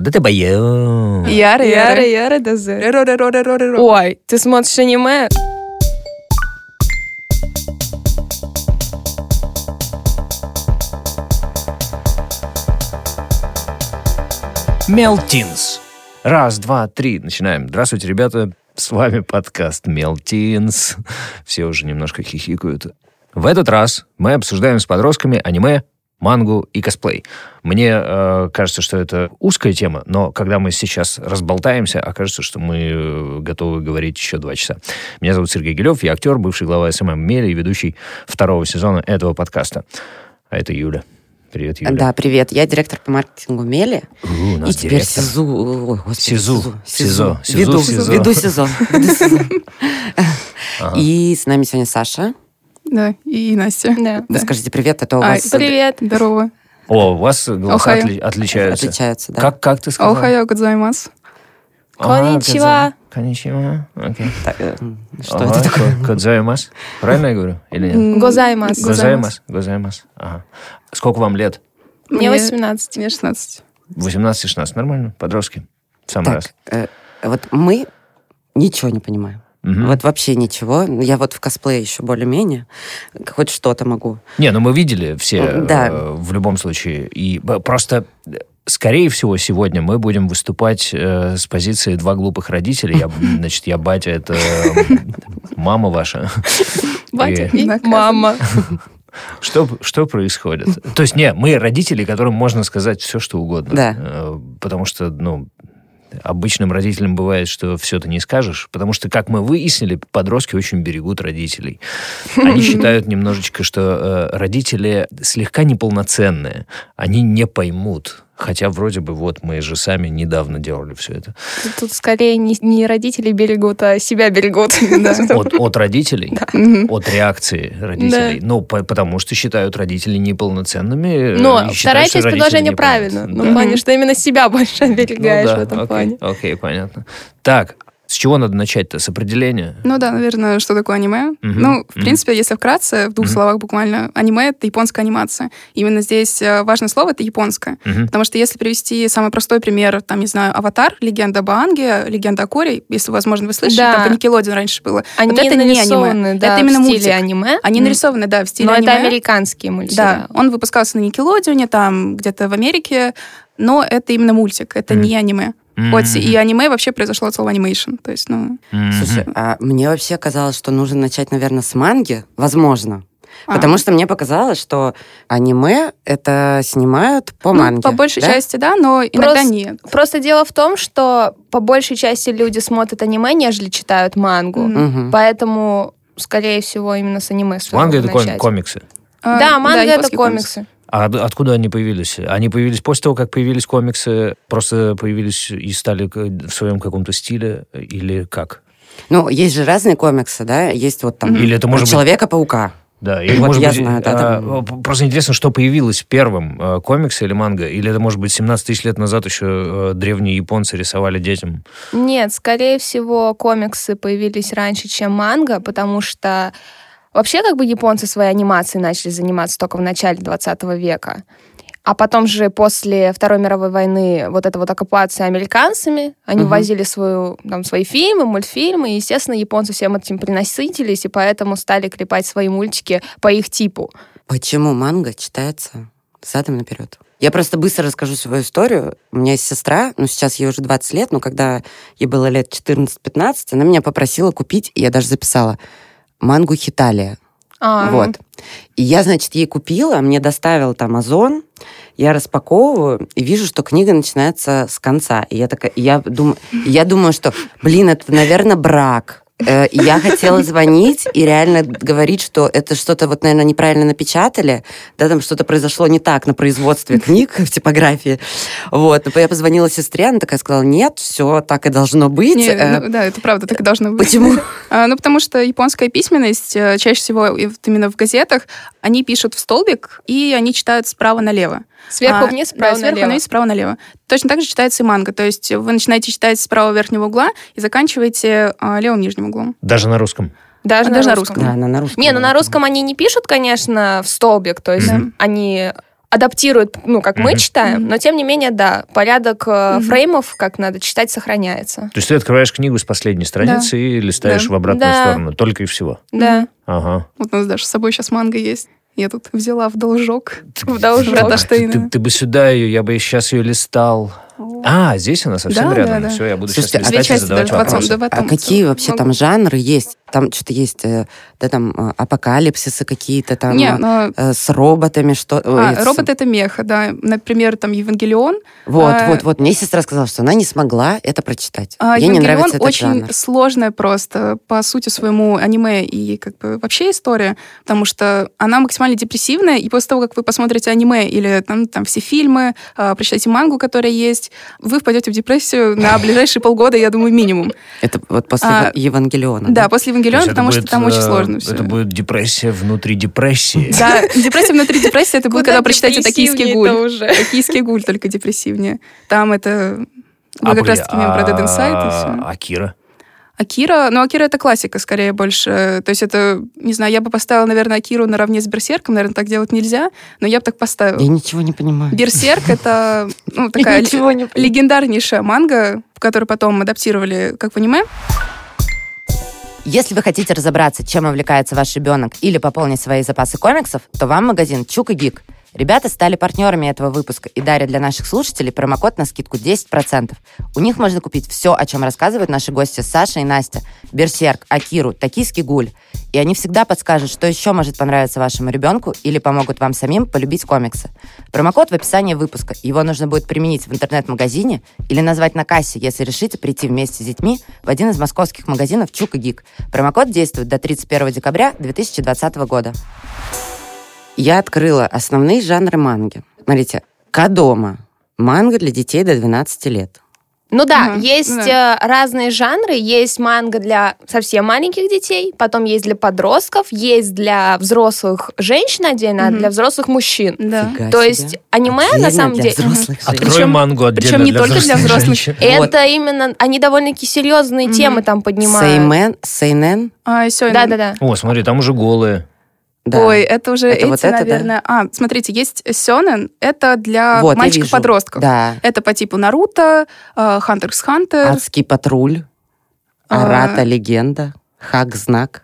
Да ты боё. Яры, Яра, яры. яра, да зэ. Ро-ро-ро-ро-ро-ро. Ой, ты смотришь аниме? Мелтинс. Раз, два, три. Начинаем. Здравствуйте, ребята. С вами подкаст Мелтинс. Все уже немножко хихикают. В этот раз мы обсуждаем с подростками аниме, мангу и косплей. Мне э, кажется, что это узкая тема, но когда мы сейчас разболтаемся, окажется, что мы э, готовы говорить еще два часа. Меня зовут Сергей Гелев, я актер, бывший глава СММ Мели и ведущий второго сезона этого подкаста. А это Юля. Привет, Юля. Да, привет. Я директор по маркетингу Мели. У, у нас и теперь директор. СИЗУ... Ой, господи, СИЗУ. А. СИЗО. СИЗО, Веду, СИЗО. веду СИЗО. Веду СИЗО. Ага. И с нами сегодня Саша. Да, и Настя. Да. Вы скажите привет, а то у Ай, вас Привет. Здорово. О, у вас голоса Охайо. отли- отличаются. отличаются. да. Как, как ты сказал? Охайо гадзаймас. Конничива. Коничева. Окей. Так, э, Что это такое? Кодзаймас. Правильно я говорю? Или нет? М, Гозаймас. Гозаймас. Гозаймас. Ага. Сколько вам лет? Мне Мне- 18. Мне 16. 18-16. Нормально? Подростки? В самый раз. Так, э, вот мы ничего не понимаем. Мгм. Вот вообще ничего. Я вот в косплее еще более-менее. Хоть что-то могу. Не, ну мы видели все М, да. э, в любом случае. И б- просто, э, скорее всего, сегодня мы будем выступать э, с позиции два глупых родителя. Я, значит, я батя, это э, мама ваша. Батя И- и Наказан. мама. Что, что происходит? То есть, не, мы родители, которым можно сказать все, что угодно. Да. Э, Потому что, ну, обычным родителям бывает, что все ты не скажешь, потому что, как мы выяснили, подростки очень берегут родителей. Они считают немножечко, что э, родители слегка неполноценные, они не поймут. Хотя вроде бы вот мы же сами недавно делали все это. Тут- Тут скорее не, не родители берегут, а себя берегут. От, от родителей, Мгм. от реакции родителей. Ну, по- потому что считают родителей неполноценными. э, Но и считают, вторая что часть родители предложения неполноценны. правильно. Да. Ну, в плане, что именно себя больше оберегаешь Ну да, в этом окей, плане. Окей, понятно. Так, с чего надо начать-то? С определения? Ну да, наверное, что такое аниме. Мгм. Ну, в Мгм. принципе, если вкратце, в двух Мгм. словах буквально, аниме — это японская анимация. Именно здесь э, важное слово — это японское. Мгм. Потому что если привести самый простой пример, там, не знаю, «Аватар», «Легенда об Аанге», «Легенда о Коре», если, возможно, вы слышали, Да. там по Никелодеон раньше было. Они это не аниме. нарисованы, да, Это именно в стиле мультик. аниме. Они М. нарисованы, да, в стиле Но аниме. это американские мультсериалы. Да, он выпускался на Никелодеоне, там где-то в Америке, но это именно мультик, это Мгм. не аниме. Мгм. Хоть и аниме вообще произошло от слова animation, то есть, ну... Мгм. Слушай, а мне вообще казалось, что нужно начать, наверное, с манги. Возможно. а. Потому что мне показалось, что аниме это снимают по Ну, манге. по большей да? части, да, но иногда Просто- нет. Просто дело в том, что по большей части люди смотрят аниме, нежели читают мангу. Мгм. Мгм. Поэтому, скорее всего, именно с аниме стоило Манга это ком- начать. комиксы. А, Да, манга это японский комикс. комиксы. А от- откуда они появились? Они появились после того, как появились комиксы, просто появились и стали к- в своем каком-то стиле или как? Ну, есть же разные комиксы, да? Есть вот там Мгм. Или это про может быть... Человека-паука. Да, или Вот может я быть, знаю, да, а, там- п- Просто интересно, что появилось первым, э, комиксы или манга? Или это, может быть, 17 тысяч лет назад еще э, древние японцы рисовали детям? Нет, скорее всего, комиксы появились раньше, чем манга, потому что вообще как бы японцы своей анимацией начали заниматься только в начале 20 века. А потом же после Второй мировой войны вот эта вот оккупация американцами, они Мгм. возили свою, там, свои фильмы, мультфильмы, и, естественно, японцы всем этим приносителись, и поэтому стали клепать свои мультики по их типу. Почему манга читается задом наперед? Я просто быстро расскажу свою историю. У меня есть сестра, ну сейчас ей уже 20 лет, но когда ей было лет 14-15, она меня попросила купить, и я даже записала, мангу Хиталия. А, Вот. И я, значит, ей купила, мне доставил там Озон, я распаковываю и вижу, что книга начинается с конца. И я такая, и я думаю, я думаю, что, блин, это, наверное, брак. Э, и Я хотела звонить и реально говорить, что это что-то вот, наверное, неправильно напечатали, да, там что-то произошло не так на производстве книг в типографии. Вот, Но я позвонила сестре, она такая сказала, нет, все так и должно быть. Не, Э, ну, да, это правда, так и должно быть. Почему? А, ну, потому что японская письменность, э, чаще всего и вот именно в газетах, они пишут в столбик, и они читают справа налево. Сверху А, вниз, да, справа сверху налево. вниз, справа налево. Точно так же читается и манга. То есть вы начинаете читать с правого верхнего угла и заканчиваете а, левым нижним углом. Даже на русском. А Даже, даже на на русском. русском. Да, она на русском. Не, ну на русском они не пишут, конечно, в столбик, то есть Да. они адаптируют, ну, как мы Мгм. читаем, но тем не менее, да, порядок э, Мгм. фреймов, как надо читать, сохраняется. То есть ты открываешь книгу с последней страницы и листаешь Да. в обратную Да. сторону. Только и всего. Да. Ага. Вот у нас даже с собой сейчас манга есть. Я тут взяла в должок. Ты- В должок. ты- Брата ты, Штейна. ты- ты бы сюда ее, я бы сейчас ее листал. А, здесь она совсем Да, рядом. да, да. Все, я буду Слушайте, а сейчас Две листать и части задавать даже в отцом, вопросы. да в А этом. какие вообще там Могу. жанры есть? Там что-то есть, э, да, там э, апокалипсисы какие-то там Не, э, но- э, с роботами что? а, ой, с- робот это меха, да. Например, там Евангелион. Вот, э, вот, вот. Мне сестра сказала, что она не смогла это прочитать. А, Ей не «Евангелион» нравится этот очень жанр. сложная просто по сути своему аниме и как бы вообще история, потому что она максимально депрессивная, и после того, как вы посмотрите аниме или там, там все фильмы, а, прочитаете мангу, которая есть, вы впадете в депрессию на ближайшие полгода, я думаю, минимум. Это вот после а, Евангелиона. Да, после То есть «Евангелиона», это потому что будет, там очень э, сложно все. Это будет депрессия внутри депрессии. Да, депрессия внутри депрессии, это будет, Куда когда прочитаете «Токийский депрессивнее-то гуль». уже. «Токийский гуль» только депрессивнее. Там это... А, Вы как погоди, раз-таки мимо про Dead Inside и все. а- Акира. Акира, ну, Акира это классика скорее больше. То есть это, не знаю, я бы поставила, наверное, Акиру наравне с Берсерком. Наверное, так делать нельзя, но я бы так Я поставила. ничего не понимаю. Берсерк — это, ну, такая л- не легендарнейшая манга, которую потом адаптировали как в аниме. Если вы хотите разобраться, чем увлекается ваш ребенок или пополнить свои запасы комиксов, то вам магазин Чук и Гик. Ребята стали партнерами этого выпуска и дарят для наших слушателей промокод на скидку 10%. У них можно купить все, о чем рассказывают наши гости Саша и Настя, Берсерк, Акиру, Токийский гуль. И они всегда подскажут, что еще может понравиться вашему ребенку или помогут вам самим полюбить комиксы. Промокод в описании выпуска. Его нужно будет применить в интернет-магазине или назвать на кассе, если решите прийти вместе с детьми в один из московских магазинов Чук и Гик. Промокод действует до 31 декабря 2020 года. Я открыла основные жанры манги. Смотрите, Кадома. Манга для детей до 12 лет. Ну да, Ага, есть ну э, разные жанры. Есть манга для совсем маленьких детей, потом есть для подростков, есть для взрослых женщин отдельно, а Мгм. для взрослых мужчин. Да. То есть аниме на самом деле... Открой Причем- мангу А отдельно причем не для только для взрослых взрослых. женщин. Это именно, они довольно-таки серьезные Мгм. темы там поднимают. Сеймен, Сейнен. А, Сёнэн. Да-да-да. О, смотри, там уже голые. Да. Ой, это уже Это эти, вот это, да? наверное... А, смотрите, есть Сёнэн, это для Вот, я мальчиков-подростков. Да. Это по типу Наруто, э, Хантер x Хантер. Адский патруль. А. Арата легенда. Хак знак.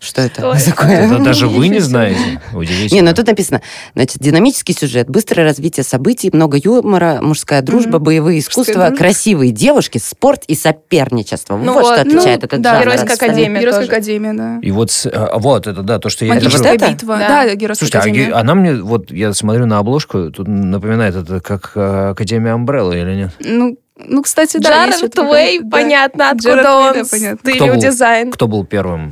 Что Что это это? Это такое? даже вы не знаете. Удивительно. Э, Не, ну тут написано, значит, динамический сюжет, быстрое развитие событий, много юмора, мужская дружба, Мгм. боевые искусства, дружба. красивые девушки, спорт и соперничество. Ну вот, что вот, ну, отличает этот да, жанр. Геройская от остальных. академия. Геройская тоже. академия, да. И вот, с- а, вот это да, то, что я Магическая вижу. Магическая Вот это? битва. Да. Да, да Геройская Слушайте, а академия. ге- она мне, вот я смотрю на обложку, тут напоминает это как э, Академия Амбрелла или нет? Ну, ну, кстати, да. есть Джаред что-то Твей, такое, да. понятно, Джаред откуда Уэй, он, да, понятно. Кто стырил был? дизайн. Кто был первым?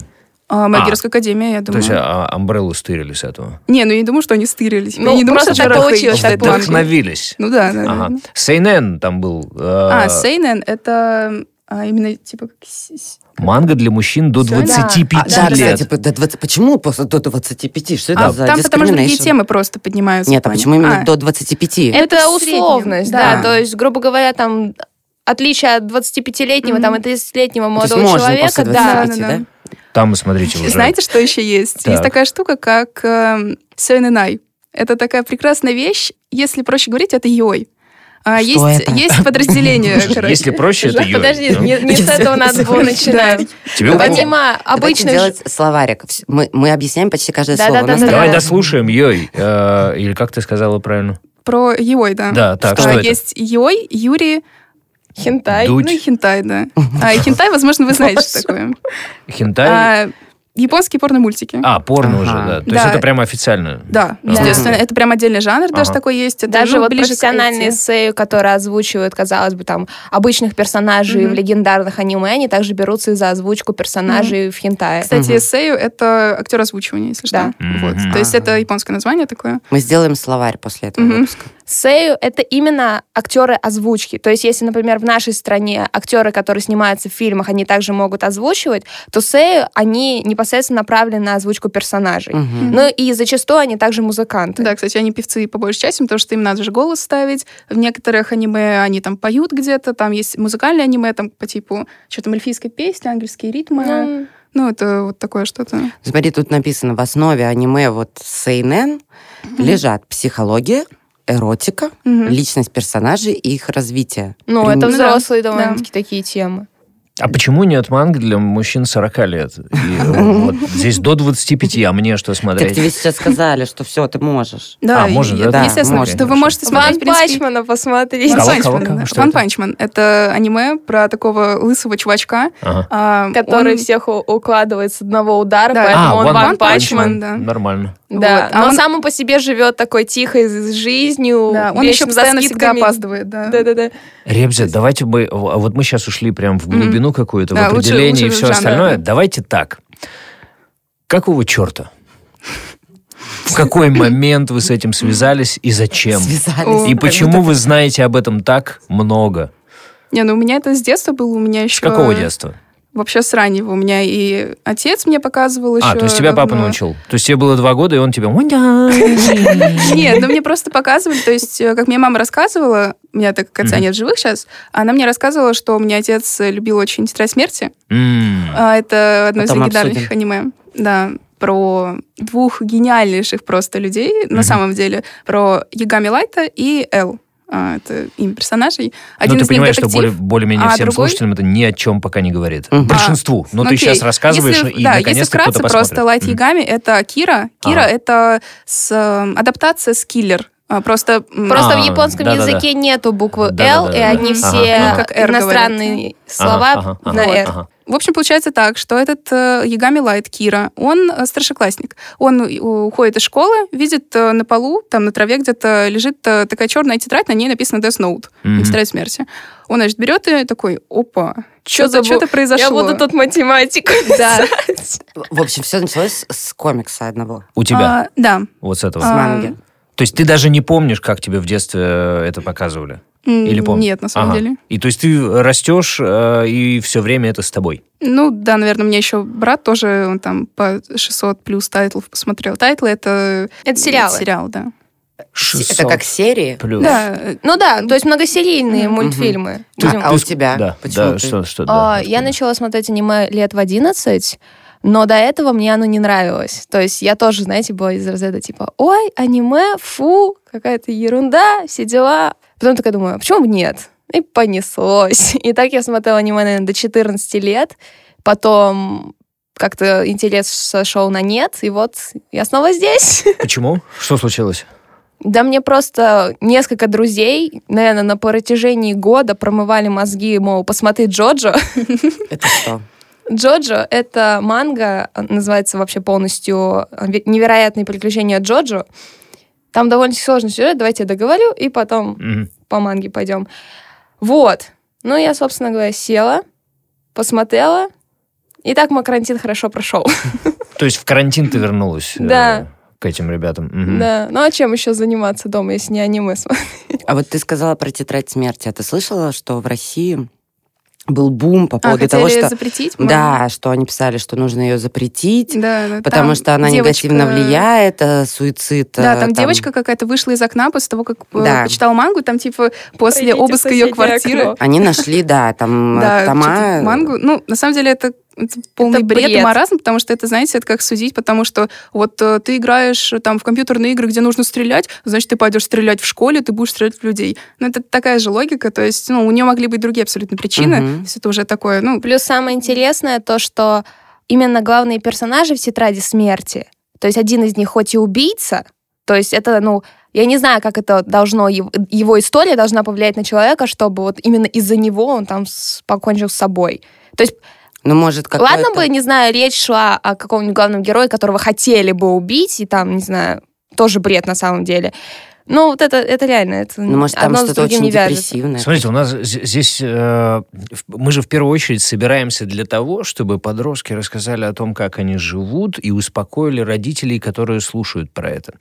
А, Магирская академия, я То думаю. есть а, Амбреллу стырили с этого. Не, ну я не думаю, что они стырились. Ну, я не думаю, просто что так Джаред Уэй получилось, так читает мангу. получилось. Вдохновились. Ну да, да. да. Ага. Сейнен там был. э, А, Сейнен — это а, именно типа... как с- с- Манга для мужчин до Всё, да. 25 А, да, лет. кстати, по- до 20 почему после- до 25? Что это А, за там потому что другие discrimination? темы просто поднимаются. Нет, а в плане. почему именно А, до 25? Это Это в среднем, условность, да. да. То есть, грубо говоря, там отличие от 25-летнего, Мгм. там, и 30-летнего То есть молодого можно человека, после да. 25, да? Да-да-да. Там, смотрите, уже. Знаете, что еще есть? Так. Есть такая штука, как эм, Сёнэнай. Это такая прекрасная вещь. Если проще говорить, это йой. А, Что есть, это? есть подразделение, Слушай, короче. Если проще, это Жа- Юрий. Подожди, Ну, не, не с этого надо было начинать. тебе Давайте- удобно? Помимо обычных... Давайте делать словарик. Вс- Мы, мы объясняем почти каждое Да, слово. Ну, да, У да, нас да, такая- Давай да. дослушаем Йой. э, Или как ты сказала правильно? Про йой, да. Да, так, А, что это? есть йой, Юрий, ж- Хентай. Дудь, ну и хентай, да. А, и хентай, возможно, вы знаете, что такое. хентай. А, японские порномультики. А, порно Ага. уже, да. То есть Да. это прямо официально. Да, Да. естественно. Это прям отдельный жанр даже Ага. такой есть. Это, Даже ну, вот ближе к профессиональные IT. эссеи, которые озвучивают, казалось бы, там, обычных персонажей Мгм. в легендарных аниме, они также берутся и за озвучку персонажей в хентае. Кстати, Мгм. эссею — это актер озвучивания, если Да. что. Вот. Мгм. То есть Ага. это японское название такое. Мы сделаем словарь после этого Мгм. выпуска. Сею — это именно актеры озвучки. То есть, если, например, в нашей стране актеры, которые снимаются в фильмах, они также могут озвучивать, то сею, они непосредственно направлены на озвучку персонажей. Мгм. Ну и зачастую они также музыканты. Да, кстати, они певцы по большей части, потому что им надо же голос ставить. В некоторых аниме они там поют где-то, там есть музыкальное аниме, там по типу, что там, эльфийской песни, ангельские ритмы. Ну, Ну, это вот такое что-то. Смотри, тут написано, в основе аниме вот Сейнен лежат психология, эротика, Мгм. личность персонажей и их развитие. Ну, Прям- это Ну да, взрослые да. довольно-таки такие темы. А почему нет манг для мужчин 40 лет? И, э, вот здесь до 25, а мне что Так тебе смотреть? сейчас сказали, что все, ты можешь. Да, А, и- можно, и- да? Да, естественно, можно. что вы можете смотреть, в Ван принципе, Панчмана посмотреть. Кого, Ван кого, Панчмен, кого? да. Что Ван это? Панчмен. Это аниме про такого лысого чувачка, Ага. а, Который он- всех у- укладывает с одного удара, Да. поэтому А, он One Ван Punch Панчман, Панчман. Man. да. Нормально. Да, Вот. А но он- сам он по себе живет такой тихой з- жизнью. да, он еще вечно за постоянно всегда скидками. опаздывает, да. Да-да-да. Ребзя, давайте мы... а Вот мы сейчас ушли прям в глубину какую-то, Да, в лучше- определение и лучше все жанра, остальное. да. Давайте так. Какого черта? В какой момент вы с этим связались и зачем? Связались. О. ну И почему вы знаете об этом так много? Не, ну у меня это с детства было, у меня С еще... какого детства? Вообще с раннего. У меня и отец мне показывал еще А, то есть тебя папа давно. научил. То есть тебе было два года, и он тебе... Нет, ну мне просто показывали, то есть, э, как мне мама рассказывала, у меня так как отца Мгм. нет в живых сейчас, она мне рассказывала, что у меня отец э, любил очень «Тетрадь смерти», М. А, Это одно из Потом легендарных обсудим. аниме. Да, про двух гениальнейших просто людей, Мгм. на самом деле, про Ягами Лайта и Эл. А, Это им персонажей. ну, Один ты из них понимаешь, что более- детектив. более-менее а всем другой- слушателям это ни о чем пока не говорит. Мгм. Большинству. Но Ну, ты окей. сейчас рассказываешь, ну, Если- и да, если наконец-то вкратце, кто-то посмотрит. А. просто Лайт М. Ягами — это Кира. Кира Ага. это с, э, адаптация с Киллер. А, Просто... м, Просто А, в японском да-да-да. языке нету буквы L, Да-да-да-да. и они Мгм. все Ага. Ну, как «Р» иностранные Ага, слова ага, ага, на R. ага. В общем, получается так, что этот э, Ягами Лайт Кира, он э, старшеклассник. Он у- уходит из школы, видит э, на полу, там на траве где-то лежит э, такая черная тетрадь, на ней написано Death Note, Мгм. тетрадь смерти. Он, значит, берет и такой, опа, Чё что-то за что-то произошло. Я буду тут математику Да. писать. В общем, все началось с комикса одного, У тебя, А, да. вот с этого. с А, манги. То есть ты даже не помнишь, как тебе в детстве э, это показывали? М, Или помнишь? Нет, на самом Ага. деле. И то есть ты растешь, э, и все время это с тобой. Ну, да, наверное, у меня еще брат тоже, он там по 600 плюс тайтлов посмотрел. Тайтлы — это... Это сериалы. Сериал, да. 600 Это как серии? плюс. Да, э, Ну да, то есть многосерийные Мгм. мультфильмы. Ты- А- а ты у ск- тебя? Да, Почему да, ты- что, что, типа, да, А, Я откуда? начала смотреть аниме лет в 11, но до этого мне оно не нравилось. То есть я тоже, знаете, была из разряда типа, ой, аниме, фу, какая-то ерунда, все дела. Потом такая думаю, «А почему бы нет? И понеслось. И так я смотрела аниме, наверное, до 14 лет. Потом как-то интерес сошел на нет, и вот я снова здесь. Почему? Что случилось? Да мне просто несколько друзей, наверное, на протяжении года промывали мозги, мол, посмотри Джоджо, Это что? Джоджо — это манга, называется вообще полностью э, «Невероятные приключения Джоджо». Там довольно сложный сюжет, давайте я договорю, и потом Мгм. по манге пойдем. Вот. Ну, я, собственно говоря, села, посмотрела, и так мой карантин хорошо прошел. То есть в карантин ты вернулась э, Да. к этим ребятам? Мгм. Да. Ну, а чем еще заниматься дома, если не аниме смотреть? А вот ты сказала про тетрадь смерти. А ты слышала, что в России был бум по а, поводу хотели того, что... запретить? можно? Да, что они писали, что нужно ее запретить, Да, да, потому там что она девочка- негативно влияет, э, суицид. э, Да, там, девочка какая-то вышла из окна после того, как э, Да. почитала мангу, там типа после Пройдите в обыска ее соседнее квартиры. окно. Они нашли, да, там э, Да, тома. читать мангу. Ну, на самом деле это это полный Это бред, и бред. маразм, потому что это, знаете, это как судить, потому что вот э, ты играешь э, там в компьютерные игры, где нужно стрелять, значит, ты пойдешь стрелять в школе, ты будешь стрелять в людей. Ну, это такая же логика, то есть, ну, у нее могли быть другие абсолютно причины, Мгм. То есть это уже такое, ну, Плюс самое интересное то, что именно главные персонажи в «Тетради смерти», то есть один из них хоть и убийца, то есть это, ну, я не знаю, как это должно, ев- его история должна повлиять на человека, чтобы вот именно из-за него он там с- покончил с собой. Ну, может, как Ладно бы, не знаю, речь шла о каком-нибудь главном герое, которого хотели бы убить, и там, не знаю, тоже бред на самом деле. Но вот это, это реально, это Ну, может, там одно с что-то другим очень не вяжется. депрессивное. Смотрите, у нас з- здесь э, в- мы же в первую очередь собираемся для того, чтобы подростки рассказали о том, как они живут, и успокоили родителей, которые слушают про это.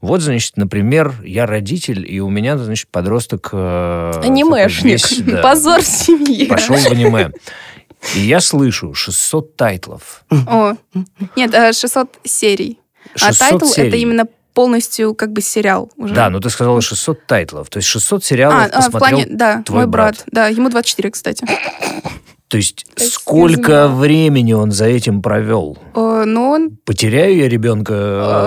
Вот, значит, например, я родитель, и у меня, значит, подросток... э, такой типа, весь, Анимешник. да, Позор семьи. Пошел в аниме. И я слышу 600 тайтлов. о. Нет, э, 600 серий. 600 а тайтл серий. это именно полностью как бы сериал уже. Да, но ты сказала 600 тайтлов. То есть 600 сериалов а, а, в посмотрел плане, да, твой мой брат. брат. Да, ему 24, кстати. То есть Excuse сколько me. времени он за этим провел? Э, Но он Потеряю я ребенка?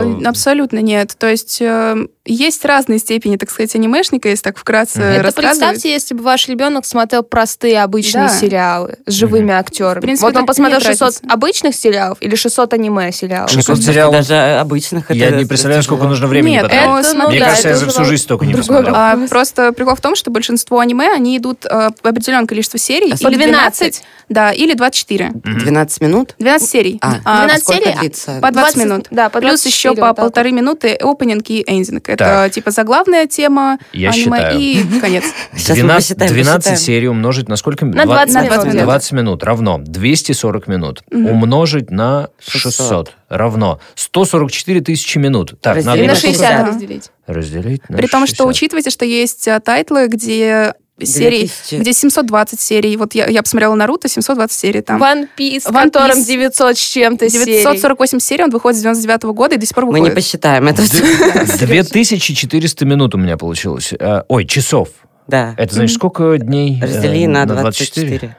Э, э, Абсолютно нет. То есть э, есть разные степени, так сказать, анимешника, если так вкратце Мгм. Это рассказывать. представьте, если бы ваш ребенок смотрел простые обычные Да. сериалы с живыми актерами. В принципе, вот он так посмотрел нет 600 разницы. обычных сериалов или 600 аниме А, сериалов. 600 Кажется, сериалов. Даже обычных Я это не представляю, тяжело. сколько нужно времени Нет, потратить. но Это, Мне ну, смотрите, да, кажется, я это за уже всю жизнь столько не другой посмотрел. а, просто прикол в том, что большинство аниме, они идут э, определенное количество серий. По или По 12, Да, или 24. Мгм. 12 минут? 12 серий. А, А, 12 а сколько серий, а- длится? по 20 минут. Да, по Плюс 24, еще вот по так вот. полторы минуты опенинг и эндинг. Это Так. типа заглавная тема Я аниме считаю. и конец. Сейчас мы 12, посчитаем, 12 посчитаем. серий умножить на сколько? На 20 минут. 20 минут. 20 минут равно 240 минут. Мгм. Умножить на 600. 600. равно 144 тысячи минут. Так, Разделить надо И на на на сколько? 60 Да. разделить. разделить на При том, что 60. учитывайте, что есть э, тайтлы, где серии, 2000. где 720 серий. Вот я, я посмотрела Наруто, 720 серий там. One Piece, в One котором Piece. 900 с чем-то серий. 948 серий, он выходит с 99 года и до сих пор Мы не выходит. посчитаем это все. Д- 2400 минут у меня получилось. А, Ой, часов. Да. Это значит, Мгм. сколько дней? э, Раздели на 24.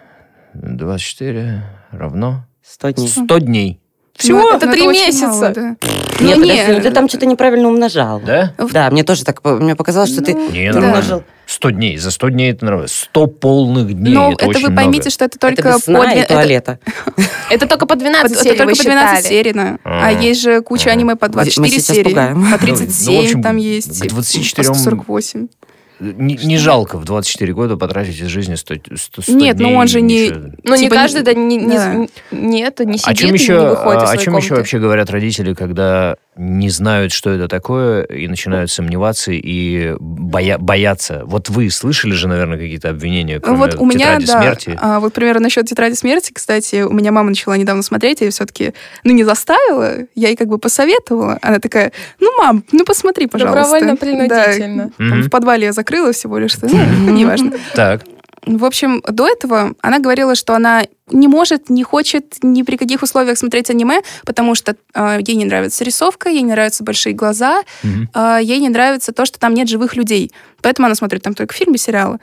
24 равно 100 дней. 100 дней. Всего? Ну, Это ну, три очень месяца. мало, да. Не, Ну, подожди, не. ну ты там что-то неправильно умножал. Да? Да, мне тоже так, по- мне показалось, что ты... Ну, Не, да. нормально. 100 дней. За 100 дней это нормально. 100 полных дней. Но это, ну, это, очень вы поймите, много. что это Только только без сна по и две- это- туалета. Это только по 12 это серий только вы по 12 считали. серий, да. А. А есть же куча Ага. аниме по 24 сейчас серии, пугаем. по Ну, 37 ну, в общем, там есть, к 24 по 148. Э, Не, не жалко в 24 года потратить из жизни 100, 100 Нет, ну дней он же не- ничего. Ну, не Типа, каждый, да, не, не- да. не это, не сидит, О А чем, и еще, не выходит из о своей чем еще комнаты. вообще говорят родители, когда не знают, что это такое, и начинают сомневаться и боя- боятся? Вот вы слышали же, наверное, какие-то обвинения, кроме Э, вот у меня, «Тетради да, смерти». а, вот, примерно насчет «Тетради смерти», кстати, у меня мама начала недавно смотреть, я все-таки, ну, не заставила, я ей как бы посоветовала. Она такая, ну, мам, ну, посмотри, пожалуйста. Добровольно-принудительно. Да, там Мгм. в подвале я закрыла всего лишь, что, ну, неважно. Так, В общем, до этого она говорила, что она не может, не хочет ни при каких условиях смотреть аниме, потому что э, ей не нравится рисовка, ей не нравятся большие глаза, Мгм. э, ей не нравится то, что там нет живых людей. Поэтому она смотрит там только фильмы, сериалы.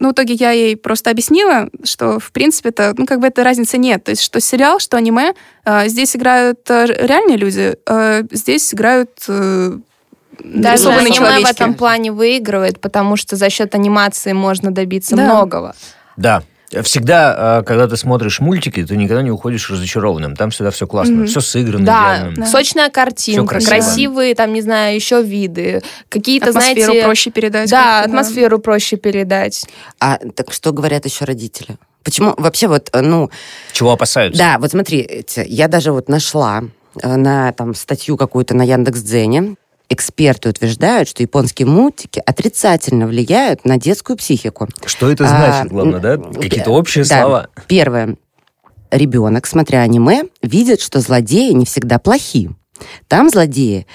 Но в итоге я ей просто объяснила, что, в принципе-то, ну, как бы этой разницы нет. То есть, что сериал, что аниме, э, здесь играют э, реальные люди, э, здесь играют э, Даже нарисованные аниме ну, в человечки. этом плане выигрывает, потому что за счет анимации можно добиться Да. многого. да. Всегда, э, когда ты смотришь мультики, ты никогда не уходишь разочарованным. Там всегда все классно, Мгм. все сыграно, Да, идеально. Да. сочная картинка, красиво. красивые, там, не знаю, еще виды, какие-то, Атмосферу знаете... проще передать. Да, как-то, атмосферу проще передать. А так что говорят еще родители? Почему вообще вот, э, ну, Чего опасаются? Да, вот смотри, эти- я даже вот нашла э, на там статью какую-то на Яндекс.Дзене. Эксперты утверждают, что японские мультики отрицательно влияют на детскую психику. Что это А, значит, главное, да? м, Какие-то э, общие да. слова. Первое. Ребенок, смотря аниме, видит, что злодеи не всегда плохи. Там злодеи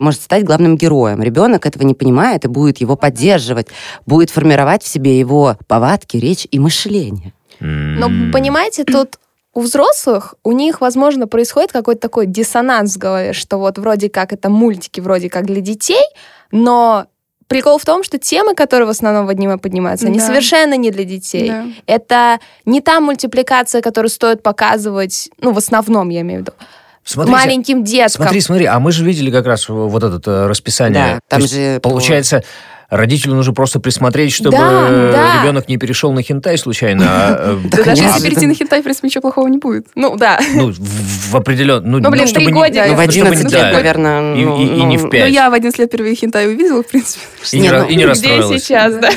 может стать главным героем. Ребенок этого не понимает и будет его поддерживать, будет формировать в себе его повадки, речь и мышление. Но, М. понимаете, тут у взрослых, у них, возможно, происходит какой-то такой диссонанс в голове, что вот вроде как это мультики, вроде как для детей, но прикол в том, что темы, которые в основном в аниме поднимаются, они Да. совершенно не для детей. да. Это не та мультипликация, которую стоит показывать, ну, в основном, я имею в виду, Смотрите, маленьким деткам. Смотри, смотри, а мы же видели как раз вот это э, расписание. Да, То там есть, же по- Получается, родителю нужно просто присмотреть, чтобы Да, э, да. ребенок не перешел на хентай случайно. а, э, Да даже конечно. если перейти на хентай, в принципе, ничего плохого не будет. Ну, да. Ну, в определенном... Ну, блин, три года, А Ну, Ну, в чтобы 11 лет, да, наверное, и- и- и не в ну, Пять. Но я в 11 лет впервые хентай увидела, в принципе. И не Не, ра- ну, и не Где расстроилась. сейчас, да?